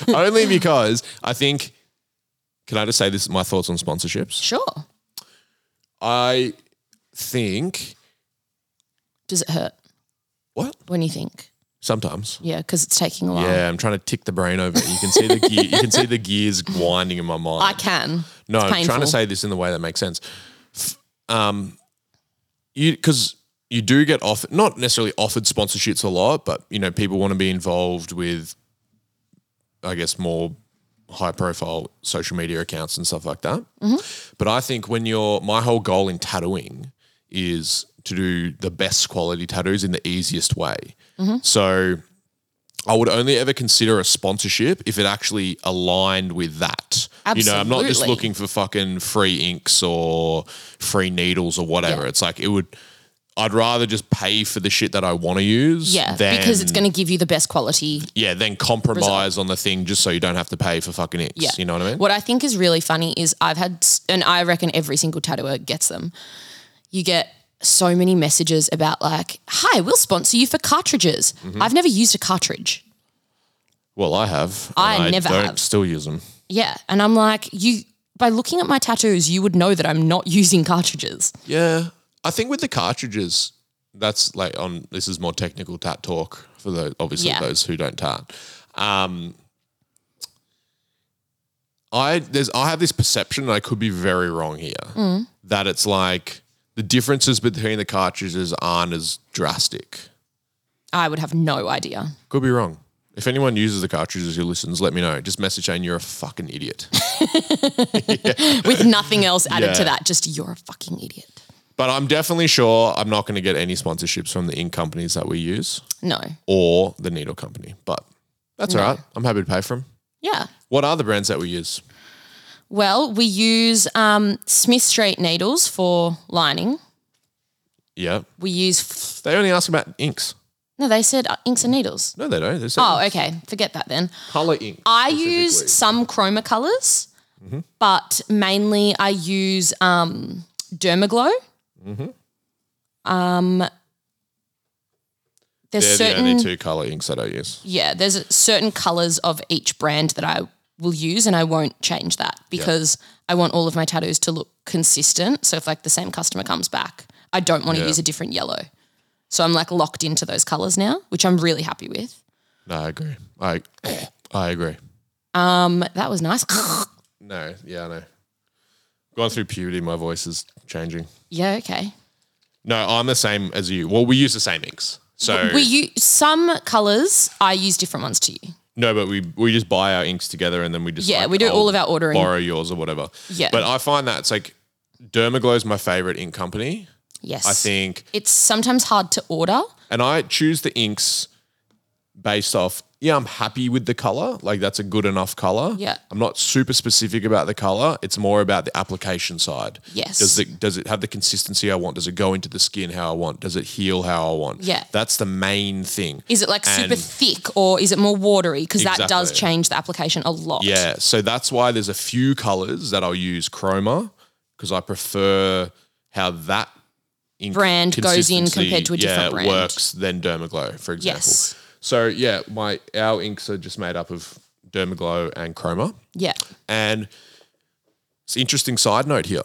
Speaker 2: only because I think. Can I just say this? My thoughts on sponsorships.
Speaker 1: sure.
Speaker 2: I think
Speaker 1: Does it hurt
Speaker 2: what
Speaker 1: when you think?
Speaker 2: sometimes.
Speaker 1: Yeah, because it's taking a while.
Speaker 2: Yeah, I'm trying to tick the brain over. You can see the gear, you can see the gears winding in my mind.
Speaker 1: I can.
Speaker 2: no, I'm trying to
Speaker 1: painful.
Speaker 2: say this in the way that makes sense. F- Um, you because you do get offered, not necessarily offered sponsorships a lot, but you know people want to be involved with, I guess, more high profile social media accounts and stuff like that.
Speaker 1: Mm-hmm.
Speaker 2: But I think when you're, my whole goal in tattooing is to do the best quality tattoos in the easiest way.
Speaker 1: Mm-hmm.
Speaker 2: So I would only ever consider a sponsorship if it actually aligned with that. You know, I'm not just
Speaker 1: Absolutely.
Speaker 2: looking for fucking free inks or free needles or whatever. It's like it would. I'd rather just pay for the shit that I want to use.
Speaker 1: Yeah,
Speaker 2: than,
Speaker 1: because it's going to give you the best quality
Speaker 2: yeah, then compromise on the thing just so you don't have to pay for fucking inks. You know what I mean?
Speaker 1: What I think is really funny is I've had, s- and I reckon every single tattooer gets them. You get so many messages about like, "Hi, we'll sponsor you for cartridges."
Speaker 2: Mm-hmm.
Speaker 1: I've never used a cartridge.
Speaker 2: Well, I have.
Speaker 1: I
Speaker 2: and
Speaker 1: never
Speaker 2: don't
Speaker 1: have.
Speaker 2: Still use them.
Speaker 1: Yeah, and I'm like, you by looking at my tattoos, you would know that I'm not [LAUGHS] using cartridges.
Speaker 2: Yeah, I think with the cartridges, that's like on. This is more technical tat talk for those obviously
Speaker 1: Yeah.
Speaker 2: those who don't tat. Um, I there's I have this perception, and I could be very wrong here,
Speaker 1: Mm.
Speaker 2: that it's like the differences between the cartridges aren't as drastic.
Speaker 1: I would have no idea.
Speaker 2: Could be wrong. If anyone uses the cartridges who listens, let me know. Just message saying you're a fucking idiot.
Speaker 1: With nothing else added to
Speaker 2: Yeah.
Speaker 1: that, just you're a fucking idiot.
Speaker 2: but I'm definitely sure I'm not going to get any sponsorships from the ink companies that we use.
Speaker 1: No.
Speaker 2: or the needle company. But That's all right. I'm happy to pay for them.
Speaker 1: Yeah.
Speaker 2: What are the brands that we use?
Speaker 1: Well, we use um, Smith Straight needles for lining.
Speaker 2: Yeah.
Speaker 1: We use, f-
Speaker 2: They only ask about inks.
Speaker 1: no, they said uh, inks and needles.
Speaker 2: No, they don't. They say
Speaker 1: Oh, okay. Forget that then.
Speaker 2: color ink.
Speaker 1: I use some chroma colors,
Speaker 2: Mm-hmm.
Speaker 1: but mainly I use um, Dermaglow. Um, there's
Speaker 2: Mm-hmm. They're
Speaker 1: certain
Speaker 2: the only two color inks that I use.
Speaker 1: yeah, there's certain colors of each brand that I will use, and I won't change that because I want all of my tattoos to look consistent. So if like the same customer comes back, I don't want to
Speaker 2: Yeah.
Speaker 1: use a different yellow. So I'm like locked into those colors now, which I'm really happy with.
Speaker 2: No, I agree. I I agree.
Speaker 1: But that was nice. [LAUGHS]
Speaker 2: No, yeah, I know. Going through puberty, my voice is changing.
Speaker 1: yeah, okay.
Speaker 2: No, I'm the same as you. Well, we use the same inks. So
Speaker 1: We use some colors. I use different ones to you.
Speaker 2: no, but we we just buy our inks together and then we just
Speaker 1: Yeah,
Speaker 2: like,
Speaker 1: we do
Speaker 2: I'll
Speaker 1: all of our ordering.
Speaker 2: borrow yours or whatever.
Speaker 1: Yeah.
Speaker 2: But I find that it's like Dermaglow is my favorite ink company.
Speaker 1: Yes,
Speaker 2: I think
Speaker 1: it's sometimes hard to order.
Speaker 2: and I choose the inks based off. Yeah, I'm happy with the color. Like that's a good enough color.
Speaker 1: Yeah.
Speaker 2: I'm not super specific about the color. It's more about the application side.
Speaker 1: Yes.
Speaker 2: Does it does it have the consistency I want? Does it go into the skin how I want? Does it heal how I want?
Speaker 1: Yeah.
Speaker 2: That's the main thing.
Speaker 1: Is it like super
Speaker 2: And-
Speaker 1: thick or is it more watery? Because that does
Speaker 2: Exactly.
Speaker 1: change the application a lot.
Speaker 2: Yeah, so that's why there's a few colors that I'll use chroma because I prefer how that ink
Speaker 1: Brand goes in compared to a
Speaker 2: consistency,
Speaker 1: different
Speaker 2: yeah,
Speaker 1: brand.
Speaker 2: works than Dermaglow, for example.
Speaker 1: Yes.
Speaker 2: So yeah, my our inks are just made up of Dermaglow and chroma,
Speaker 1: Yeah.
Speaker 2: and it's an interesting side note here.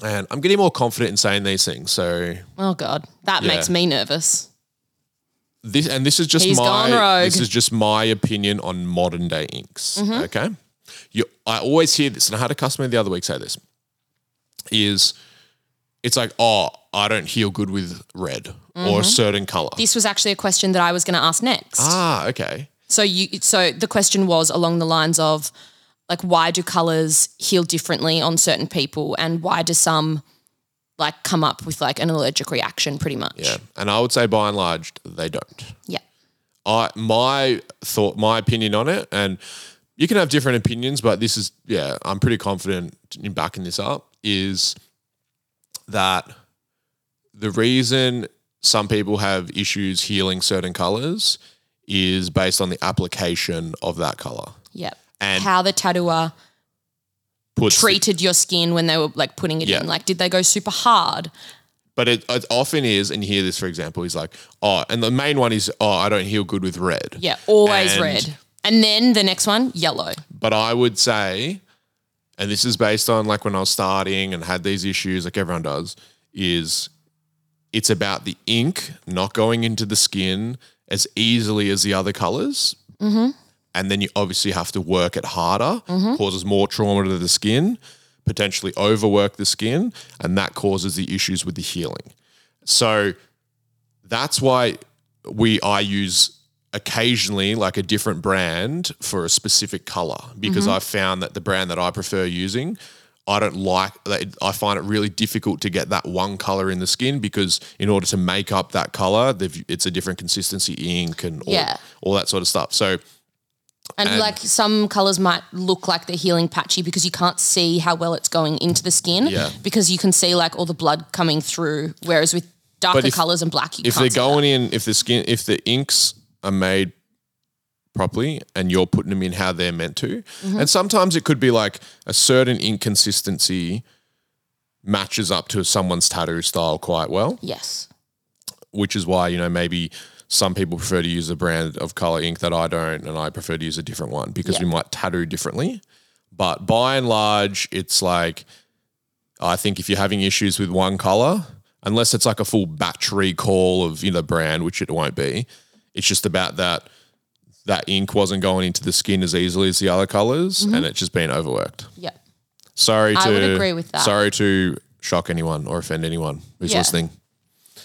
Speaker 2: And I'm getting more confident in saying these things. So
Speaker 1: Oh god, that
Speaker 2: Yeah.
Speaker 1: makes me nervous.
Speaker 2: this and this is just
Speaker 1: He's
Speaker 2: my
Speaker 1: gone rogue. Mm-hmm.
Speaker 2: this is just my opinion on modern day inks. Okay, you, I always hear this, and I had a customer the other week say this: is it's like, oh, I don't heal good with red
Speaker 1: Mm-hmm.
Speaker 2: or a certain color.
Speaker 1: This was actually a question that I was going to ask next.
Speaker 2: ah, okay,
Speaker 1: so you, so the question was along the lines of, like, why do colors heal differently on certain people, and why do some, like, come up with like an allergic reaction, pretty much.
Speaker 2: yeah. And I would say, by and large, they don't.
Speaker 1: Yeah.
Speaker 2: I my thought, my opinion on it, and you can have different opinions, but this is yeah, I'm pretty confident in backing this up. Is that the reason some people have issues healing certain colors is based on the application of that color?
Speaker 1: Yeah.
Speaker 2: And-
Speaker 1: How the tattooer
Speaker 2: Puts
Speaker 1: treated your skin when they were like putting it
Speaker 2: Yeah.
Speaker 1: in. Like, did they go super hard?
Speaker 2: But it, it often is, and you hear this, for example, he's like, oh, and the main one is, oh, I don't heal good with red.
Speaker 1: Yeah, always
Speaker 2: And-
Speaker 1: red. And then the next one, yellow.
Speaker 2: But I would say, and this is based on like when I was starting and had these issues, like everyone does, is it's about the ink not going into the skin as easily as the other colors. Mm-hmm. And then you obviously have to work it harder, causes more trauma to the skin, potentially overwork the skin, and that causes the issues with the healing. So that's why we I use occasionally like a different brand for a specific color because I've found that the brand that I prefer using I don't like that I find it really difficult to get that one color in the skin because in order to make up that color they've, it's a different consistency ink and all,
Speaker 1: Yeah.
Speaker 2: all that sort of stuff so
Speaker 1: And, like some colors might look like they're healing patchy because you can't see how well it's going into the skin
Speaker 2: Yeah.
Speaker 1: because you can see like all the blood coming through. Whereas with darker
Speaker 2: if-
Speaker 1: colors and black, you
Speaker 2: if
Speaker 1: can't.
Speaker 2: they're
Speaker 1: see
Speaker 2: going in if the skin if the inks are made properly and you're putting them in how they're meant to and sometimes it could be like a certain inconsistency matches up to someone's tattoo style quite well
Speaker 1: that. yes.
Speaker 2: which is why you know maybe some people prefer to use a brand of color ink that I don't, and I prefer to use a different one because we might tattoo differently. But by and large, it's like I think if you're having issues with one color, unless it's like a full batch recall of you know brand, which it won't be, it's just about that that ink wasn't going into the skin as easily as the other colors, and it's just been overworked.
Speaker 1: Yeah.
Speaker 2: Sorry to
Speaker 1: I would agree with that.
Speaker 2: Sorry to shock anyone or offend anyone who's
Speaker 1: Yeah.
Speaker 2: listening.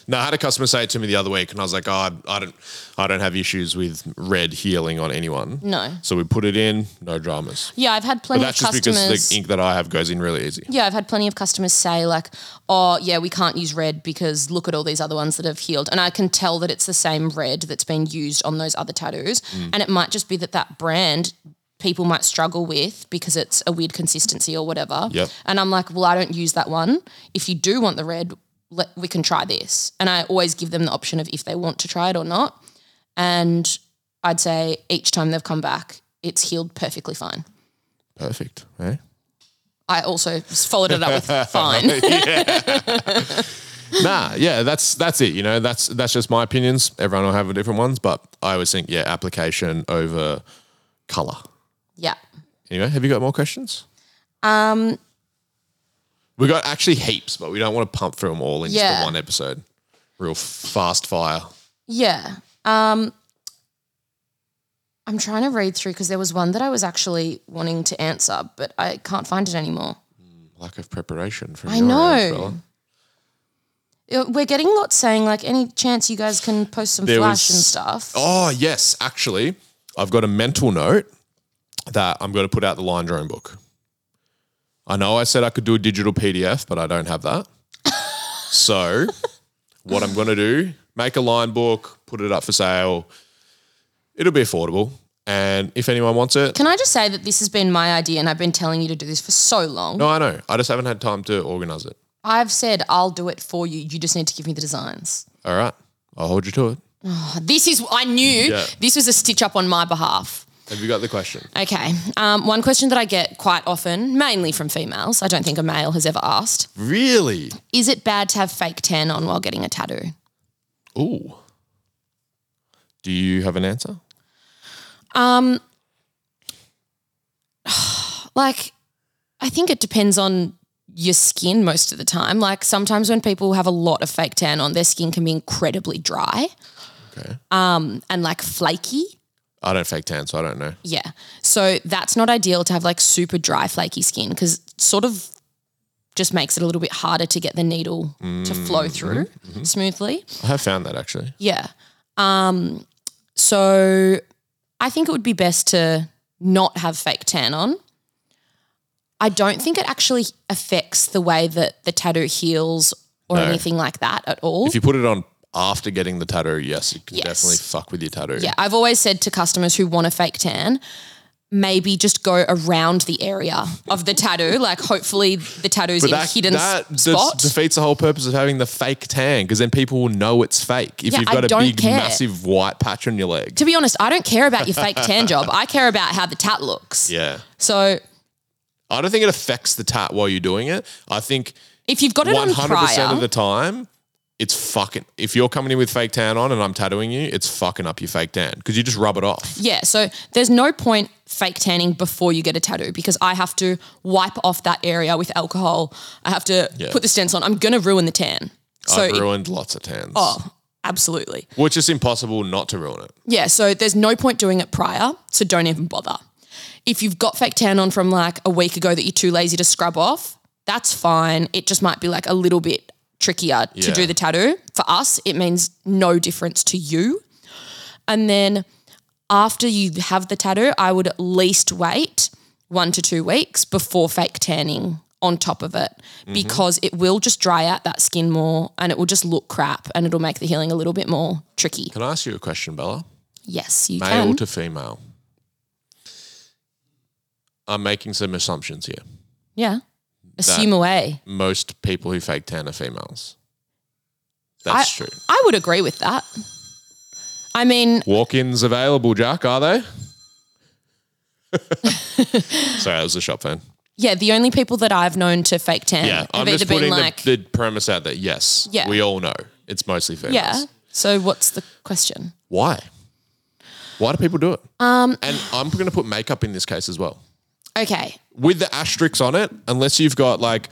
Speaker 2: No, I had a customer say it to me the other week, and I was like, oh, I, I don't, I don't have issues with red healing on anyone.
Speaker 1: No.
Speaker 2: So we put it in, no dramas.
Speaker 1: Yeah, I've had
Speaker 2: But
Speaker 1: plenty of
Speaker 2: that's just
Speaker 1: customers.
Speaker 2: because the ink that I have goes in really easy.
Speaker 1: yeah, I've had plenty of customers say like, "Oh, yeah, we can't use red because look at all these other ones that have healed." And I can tell that it's the same red that's been used on those other tattoos, and it might just be that that brand people might struggle with because it's a weird consistency or whatever.
Speaker 2: Yep.
Speaker 1: And I'm like, "Well, I don't use that one. If you do want the red, let, we can try this." And I always give them the option of if they want to try it or not. And I'd say each time they've come back, it's healed perfectly fine.
Speaker 2: Perfect. Eh? [LAUGHS]
Speaker 1: I also followed it up with fine.
Speaker 2: nah, yeah, that's that's it. You know, that's that's just my opinions. Everyone will have different ones, but I always think yeah, application over color.
Speaker 1: Yeah.
Speaker 2: Anyway, have you got more questions? Um, we got actually heaps, but we don't want to pump through them all in just
Speaker 1: Yeah.
Speaker 2: the one episode. Real fast fire.
Speaker 1: Yeah. Um, I'm trying to read through because there was one that I was actually wanting to answer, but I can't find it anymore.
Speaker 2: Lack of preparation from
Speaker 1: I
Speaker 2: your
Speaker 1: know.
Speaker 2: end, fella.
Speaker 1: Uh, We're getting lots saying, like, any chance you guys can post some
Speaker 2: There
Speaker 1: flash
Speaker 2: was-
Speaker 1: and stuff.
Speaker 2: Oh yes, actually, I've got a mental note that I'm going to put out the line drone book. I know I said I could do a digital PDF, but I don't have that. [LAUGHS] so, what I'm going to do, make a line book, put it up for sale. It'll be affordable, and if anyone wants it,
Speaker 1: Can I just say that this has been my idea and I've been telling you to do this for so long?
Speaker 2: no, I know. I just haven't had time to organize it.
Speaker 1: I've said I'll do it for you. You just need to give me the designs.
Speaker 2: All right, I'll hold you to it.
Speaker 1: This is, I knew
Speaker 2: Yeah.
Speaker 1: this was a stitch up on my behalf.
Speaker 2: Have you got the question?
Speaker 1: Okay. Um, one question that I get quite often, mainly from females, I don't think a male has ever asked
Speaker 2: Really?
Speaker 1: Is it bad to have fake tan on while getting a tattoo?
Speaker 2: Ooh. Do you have an answer?
Speaker 1: Like, I think it depends on your skin most of the time. Like, sometimes when people have a lot of fake tan on, their skin can be incredibly dry
Speaker 2: Okay.
Speaker 1: and like flaky.
Speaker 2: I don't fake tan, so I don't know.
Speaker 1: Yeah. So that's not ideal to have like super dry, flaky skin because sort of just makes it a little bit harder to get the needle to flow through smoothly.
Speaker 2: I have found that actually.
Speaker 1: Yeah. Um, so I think it would be best to not have fake tan on. I don't think it actually affects the way that the tattoo heals or
Speaker 2: No.
Speaker 1: anything like that at all.
Speaker 2: If you put it on after getting the tattoo, yes, it can
Speaker 1: Yes.
Speaker 2: definitely fuck with your tattoo.
Speaker 1: yeah, I've always said to customers who want a fake tan, maybe just go around the area of the tattoo. Like, hopefully, the tattoo's in a hidden s-
Speaker 2: de-
Speaker 1: spot.
Speaker 2: defeats the whole purpose of having the fake tan because then people will know it's fake. If
Speaker 1: Yeah,
Speaker 2: you've
Speaker 1: I
Speaker 2: got a
Speaker 1: don't
Speaker 2: big,
Speaker 1: care.
Speaker 2: massive white patch on your leg.
Speaker 1: to be honest, I don't care about your fake tan job. I care about how the tat looks.
Speaker 2: Yeah.
Speaker 1: So
Speaker 2: I don't think it affects the tat while you're doing it. I think
Speaker 1: if you've got it on
Speaker 2: 100%
Speaker 1: prior,
Speaker 2: of the time, it's fucking. If you're coming in with fake tan on and I'm tattooing you, it's fucking up your fake tan because you just rub it off.
Speaker 1: Yeah, so there's no point fake tanning before you get a tattoo because I have to wipe off that area with alcohol. I have to
Speaker 2: Yeah.
Speaker 1: put the stents on. I'm going to ruin the tan. So,
Speaker 2: I've
Speaker 1: it-
Speaker 2: ruined lots of tans.
Speaker 1: oh, absolutely.
Speaker 2: Which is impossible not to ruin it.
Speaker 1: Yeah, so there's no point doing it prior, so don't even bother. If you've got fake tan on from like a week ago that you're too lazy to scrub off, that's fine. It just might be like a little bit trickier to
Speaker 2: Yeah.
Speaker 1: do the tattoo. For us, it means no difference to you. And then after you have the tattoo, I would at least wait one to two weeks before fake tanning on top of it
Speaker 2: Mm-hmm.
Speaker 1: because it will just dry out that skin more and it will just look crap and it'll make the healing a little bit more tricky.
Speaker 2: Can I ask you a question, Bella?
Speaker 1: Yes, you
Speaker 2: male
Speaker 1: can.
Speaker 2: to female. I'm making some assumptions here.
Speaker 1: Yeah. Assume away.
Speaker 2: Most people who fake tan are females. That's true.
Speaker 1: I would agree with that. I mean,
Speaker 2: Walk ins available, Jack,
Speaker 1: [LAUGHS]
Speaker 2: are they? Sorry, that was a shop fan.
Speaker 1: yeah, the only people that I've known to fake tan
Speaker 2: Yeah,
Speaker 1: have
Speaker 2: I'm
Speaker 1: either
Speaker 2: just
Speaker 1: been
Speaker 2: putting
Speaker 1: like,
Speaker 2: the, the premise out that yes,
Speaker 1: Yeah.
Speaker 2: we all know it's mostly females.
Speaker 1: yeah. So what's the question?
Speaker 2: Why? Why do people do it? Um, and I'm going to put makeup in this case as well.
Speaker 1: Okay.
Speaker 2: with the asterisks on it, unless you've got like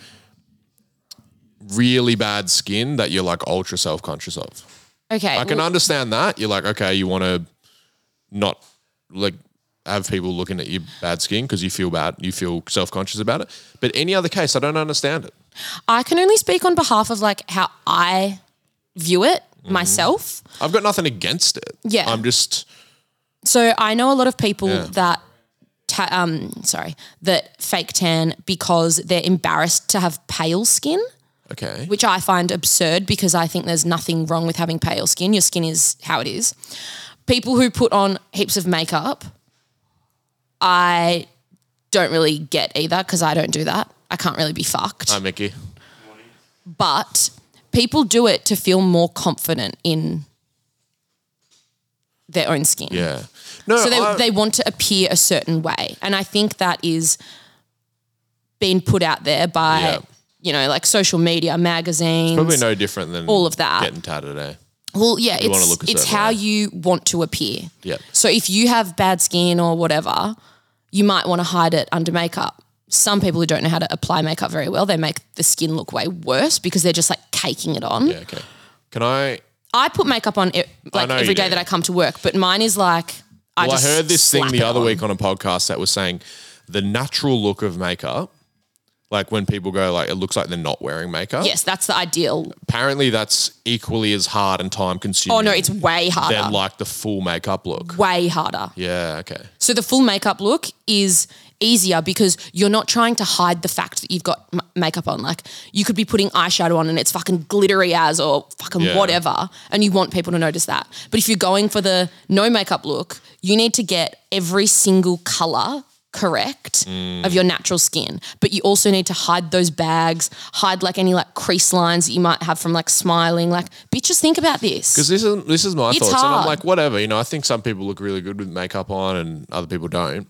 Speaker 2: really bad skin that you're like ultra self conscious of.
Speaker 1: Okay.
Speaker 2: I can
Speaker 1: well,
Speaker 2: understand that. You're like, okay, you want to not like have people looking at your bad skin because you feel bad, you feel self conscious about it. But any other case, I don't understand it.
Speaker 1: I can only speak on behalf of like how I view it
Speaker 2: Mm-hmm.
Speaker 1: myself.
Speaker 2: I've got nothing against it.
Speaker 1: Yeah.
Speaker 2: I'm just
Speaker 1: So I know a lot of people
Speaker 2: Yeah.
Speaker 1: that ta- um sorry that fake tan because they're embarrassed to have pale skin,
Speaker 2: okay.
Speaker 1: which I find absurd because I think there's nothing wrong with having pale skin. Your skin is how it is. People who put on heaps of makeup, I don't really get either because I don't do that. I can't really be fucked
Speaker 2: Hi,
Speaker 1: [LAUGHS]
Speaker 2: Mickey.
Speaker 1: but people do it to feel more confident in their own skin.
Speaker 2: Yeah. No.
Speaker 1: So they,
Speaker 2: I-
Speaker 1: they want to appear a certain way. And I think that is being put out there by,
Speaker 2: Yeah.
Speaker 1: you know, like social media, magazines.
Speaker 2: probably no different than
Speaker 1: all of that.
Speaker 2: getting tatted. Eh?
Speaker 1: Well, yeah,
Speaker 2: wanna
Speaker 1: it's,
Speaker 2: look a
Speaker 1: it's
Speaker 2: certain
Speaker 1: how
Speaker 2: way.
Speaker 1: you want to appear.
Speaker 2: Yep.
Speaker 1: So if you have bad skin or whatever, you might want to hide it under makeup. Some people who don't know how to apply makeup very well, they make the skin look way worse because they're just like caking it on.
Speaker 2: Yeah. Okay. Can I?
Speaker 1: I put makeup on it, like
Speaker 2: know
Speaker 1: every
Speaker 2: you
Speaker 1: day
Speaker 2: do.
Speaker 1: that I come to work, but mine is like I
Speaker 2: Well, I
Speaker 1: just
Speaker 2: heard this thing
Speaker 1: slap
Speaker 2: the
Speaker 1: it
Speaker 2: other
Speaker 1: on.
Speaker 2: week on a podcast that was saying the natural look of makeup, like when people go like it looks like they're not wearing makeup.
Speaker 1: Yes, that's the ideal.
Speaker 2: Apparently, that's equally as hard and time consuming.
Speaker 1: Oh no, it's way harder.
Speaker 2: than like the full makeup look.
Speaker 1: way harder.
Speaker 2: Yeah. Okay.
Speaker 1: So the full makeup look is easier because you're not trying to hide the fact that you've got m- makeup on. Like you could be putting eyeshadow on and it's fucking glittery as or fucking
Speaker 2: Yeah.
Speaker 1: whatever, and you want people to notice that. But if you're going for the no makeup look, you need to get every single color correct
Speaker 2: Mm.
Speaker 1: of your natural skin. But you also need to hide those bags, hide like any like crease lines that you might have from like smiling. Like bitches, think about this.
Speaker 2: Because this is this is my thoughts, and I'm
Speaker 1: hard.
Speaker 2: like, whatever. You know, I think some people look really good with makeup on, and other people don't.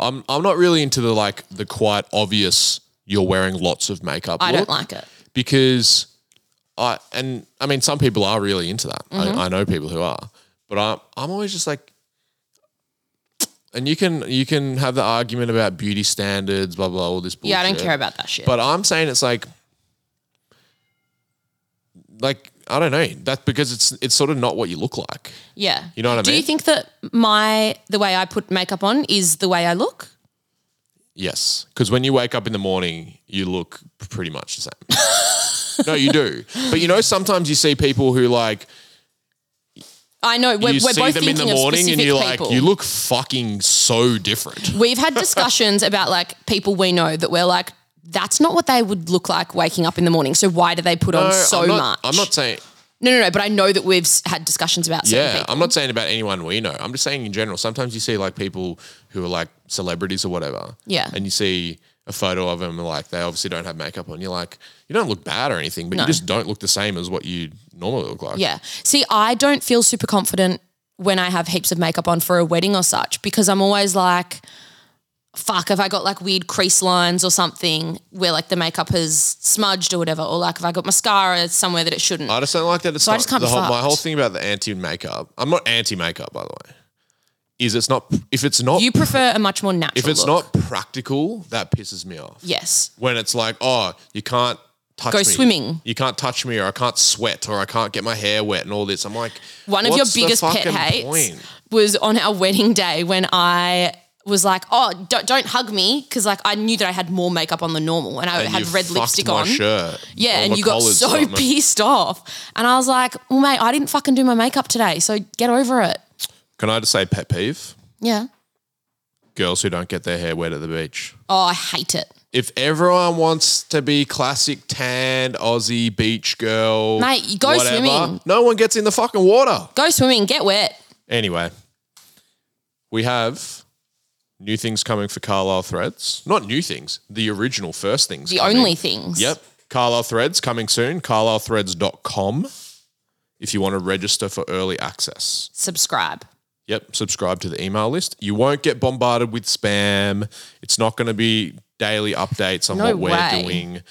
Speaker 2: I'm I'm not really into the like the quite obvious. You're wearing lots of makeup.
Speaker 1: I don't
Speaker 2: look
Speaker 1: like it.
Speaker 2: because I and I mean some people are really into that.
Speaker 1: Mm-hmm.
Speaker 2: I, I know people who are, but I'm I'm always just like, and you can you can have the argument about beauty standards, blah blah, all this bullshit.
Speaker 1: Yeah, I don't care about that shit.
Speaker 2: But I'm saying it's like, like I don't know. That's because it's it's sort of not what you look like.
Speaker 1: Yeah.
Speaker 2: You know what I
Speaker 1: Do you
Speaker 2: mean?
Speaker 1: think that my the way I put makeup on is the way I look?
Speaker 2: Yes, because when you wake up in the morning, you look pretty much the same.
Speaker 1: [LAUGHS]
Speaker 2: no, you do. But you know, sometimes you see people who like
Speaker 1: I know we're,
Speaker 2: you
Speaker 1: we're
Speaker 2: see
Speaker 1: both
Speaker 2: them
Speaker 1: thinking
Speaker 2: in the
Speaker 1: of
Speaker 2: morning
Speaker 1: specific
Speaker 2: and you're
Speaker 1: people.
Speaker 2: like, you look fucking so different.
Speaker 1: We've
Speaker 2: [LAUGHS]
Speaker 1: had discussions about like people we know that we're like, that's not what they would look like waking up in the morning. So why do they put on
Speaker 2: No,
Speaker 1: so
Speaker 2: I'm not,
Speaker 1: much?
Speaker 2: I'm not saying
Speaker 1: No, no, no. But I know that we've s- had discussions about certain
Speaker 2: yeah.
Speaker 1: people.
Speaker 2: I'm not saying about anyone we know. I'm just saying in general. Sometimes you see like people who are like celebrities or whatever.
Speaker 1: Yeah.
Speaker 2: And you see a photo of them and like they obviously don't have makeup on. You're like, you don't look bad or anything, but you just don't look the same as what you normally look like.
Speaker 1: Yeah. See, I don't feel super confident when I have heaps of makeup on for a wedding or such because I'm always like, fuck, have I got like weird crease lines or something where like the makeup has smudged or whatever, or like have I got mascara somewhere that it shouldn't?
Speaker 2: I just don't like that. It's
Speaker 1: I
Speaker 2: not
Speaker 1: just can't
Speaker 2: the
Speaker 1: be
Speaker 2: whole, my
Speaker 1: fucked.
Speaker 2: whole thing about the anti makeup. I'm not anti makeup, by the way. Is it's not if it's not
Speaker 1: you prefer a much more natural
Speaker 2: if it's
Speaker 1: look.
Speaker 2: not practical, that pisses me off.
Speaker 1: Yes.
Speaker 2: when it's like, oh, you can't touch
Speaker 1: Go
Speaker 2: me.
Speaker 1: swimming.
Speaker 2: You can't touch me, or I can't sweat, or I can't get my hair wet, and all this. I'm like,
Speaker 1: One of your
Speaker 2: what's the
Speaker 1: biggest pet
Speaker 2: fucking
Speaker 1: hates
Speaker 2: point?
Speaker 1: was on our wedding day when I was like, oh, don't, don't hug me because like I knew that I had more makeup on than normal and I
Speaker 2: And
Speaker 1: had
Speaker 2: you
Speaker 1: red
Speaker 2: fucked
Speaker 1: lipstick
Speaker 2: my
Speaker 1: on.
Speaker 2: Shirt.
Speaker 1: Yeah,
Speaker 2: All
Speaker 1: and
Speaker 2: my
Speaker 1: you got
Speaker 2: collars
Speaker 1: so [LAUGHS]
Speaker 2: on my-
Speaker 1: pissed off. And I was like, well, mate, I didn't fucking do my makeup today, so get over it.
Speaker 2: Can I just say pet peeve?
Speaker 1: Yeah.
Speaker 2: Girls who don't get their hair wet at the beach.
Speaker 1: Oh, I hate it.
Speaker 2: If everyone wants to be classic tanned Aussie beach girl,
Speaker 1: Mate, you go swimming.
Speaker 2: No one gets in the fucking water.
Speaker 1: Go swimming, get wet.
Speaker 2: Anyway, we have new things coming for Carlisle Threads. Not new things, the original first things.
Speaker 1: The
Speaker 2: coming.
Speaker 1: only things.
Speaker 2: Yep. Carlisle Threads coming soon. CarlisleThreads.com if you want to register for early access.
Speaker 1: Subscribe.
Speaker 2: Yep. Subscribe to the email list. You won't get bombarded with spam. It's not going to be daily updates on
Speaker 1: No
Speaker 2: what we're
Speaker 1: way.
Speaker 2: doing.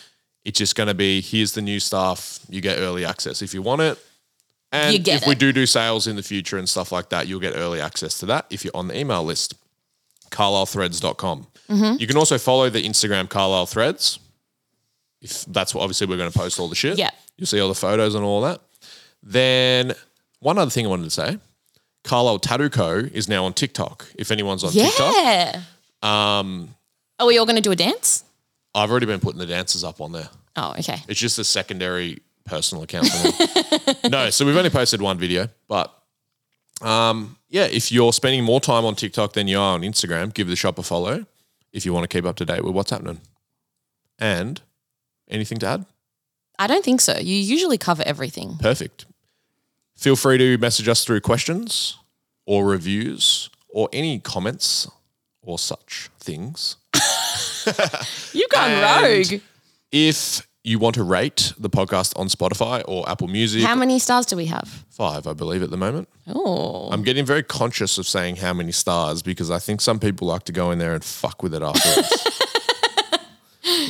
Speaker 2: It's just going to be here's the new stuff. You get early access if you want it. And
Speaker 1: You get
Speaker 2: if we
Speaker 1: it.
Speaker 2: do do sales in the future and stuff like that, you'll get early access to that if you're on the email list. CarlisleThreads.com.
Speaker 1: Mm-hmm.
Speaker 2: You can also follow the Instagram Carlisle Threads. If that's what obviously we're going to post all the shit.
Speaker 1: Yeah.
Speaker 2: You'll see all the photos and all that. Then one other thing I wanted to say. Carlisle Tattoo Co is now on TikTok. If anyone's on
Speaker 1: Yeah.
Speaker 2: TikTok, Um,
Speaker 1: Um Are we all gonna do a dance?
Speaker 2: I've already been putting the dances up on there.
Speaker 1: Oh, okay.
Speaker 2: It's just a secondary personal account for me. no, so we've only posted one video, but um, yeah, if you're spending more time on TikTok than you are on Instagram, give the shop a follow if you want to keep up to date with what's happening. And anything to add?
Speaker 1: I don't think so. You usually cover everything.
Speaker 2: Perfect. Feel free to message us through questions or reviews or any comments or such things.
Speaker 1: You've gone
Speaker 2: And-
Speaker 1: rogue.
Speaker 2: If you want to rate the podcast on Spotify or Apple Music,
Speaker 1: How many stars do we have?
Speaker 2: five, I believe, at the moment.
Speaker 1: Oh,
Speaker 2: I'm getting very conscious of saying how many stars because I think some people like to go in there and fuck with it afterwards.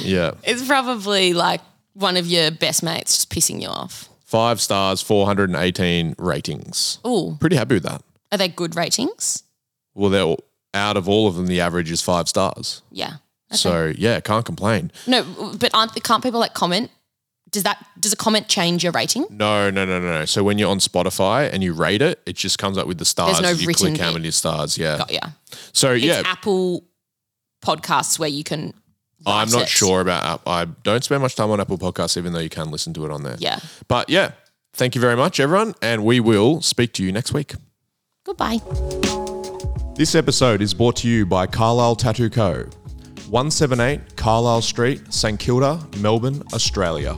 Speaker 2: yeah.
Speaker 1: it's probably like one of your best mates just pissing you off.
Speaker 2: Five stars, 418 ratings.
Speaker 1: Oh,
Speaker 2: Pretty happy with that.
Speaker 1: are they good ratings?
Speaker 2: Well, they're all, out of all of them, the average is five stars.
Speaker 1: Yeah.
Speaker 2: So, yeah, can't complain.
Speaker 1: No, but aren't can't people like comment? Does that does a comment change your rating?
Speaker 2: No, no, no, no, no. So, when you're on Spotify and you rate it, it just comes up with the stars.
Speaker 1: no
Speaker 2: you
Speaker 1: written
Speaker 2: click how
Speaker 1: bit.
Speaker 2: many stars. Yeah.
Speaker 1: Got yeah.
Speaker 2: So,
Speaker 1: It's
Speaker 2: yeah,
Speaker 1: Apple podcasts where you can.
Speaker 2: I'm
Speaker 1: write
Speaker 2: not
Speaker 1: it.
Speaker 2: sure about App. I don't spend much time on Apple Podcasts, even though you can listen to it on there.
Speaker 1: Yeah.
Speaker 2: But yeah, thank you very much, everyone. And we will speak to you next week.
Speaker 1: Goodbye.
Speaker 2: This episode is brought to you by Carlisle Tattoo Co. 178 Carlisle Street, St Kilda, Melbourne, Australia.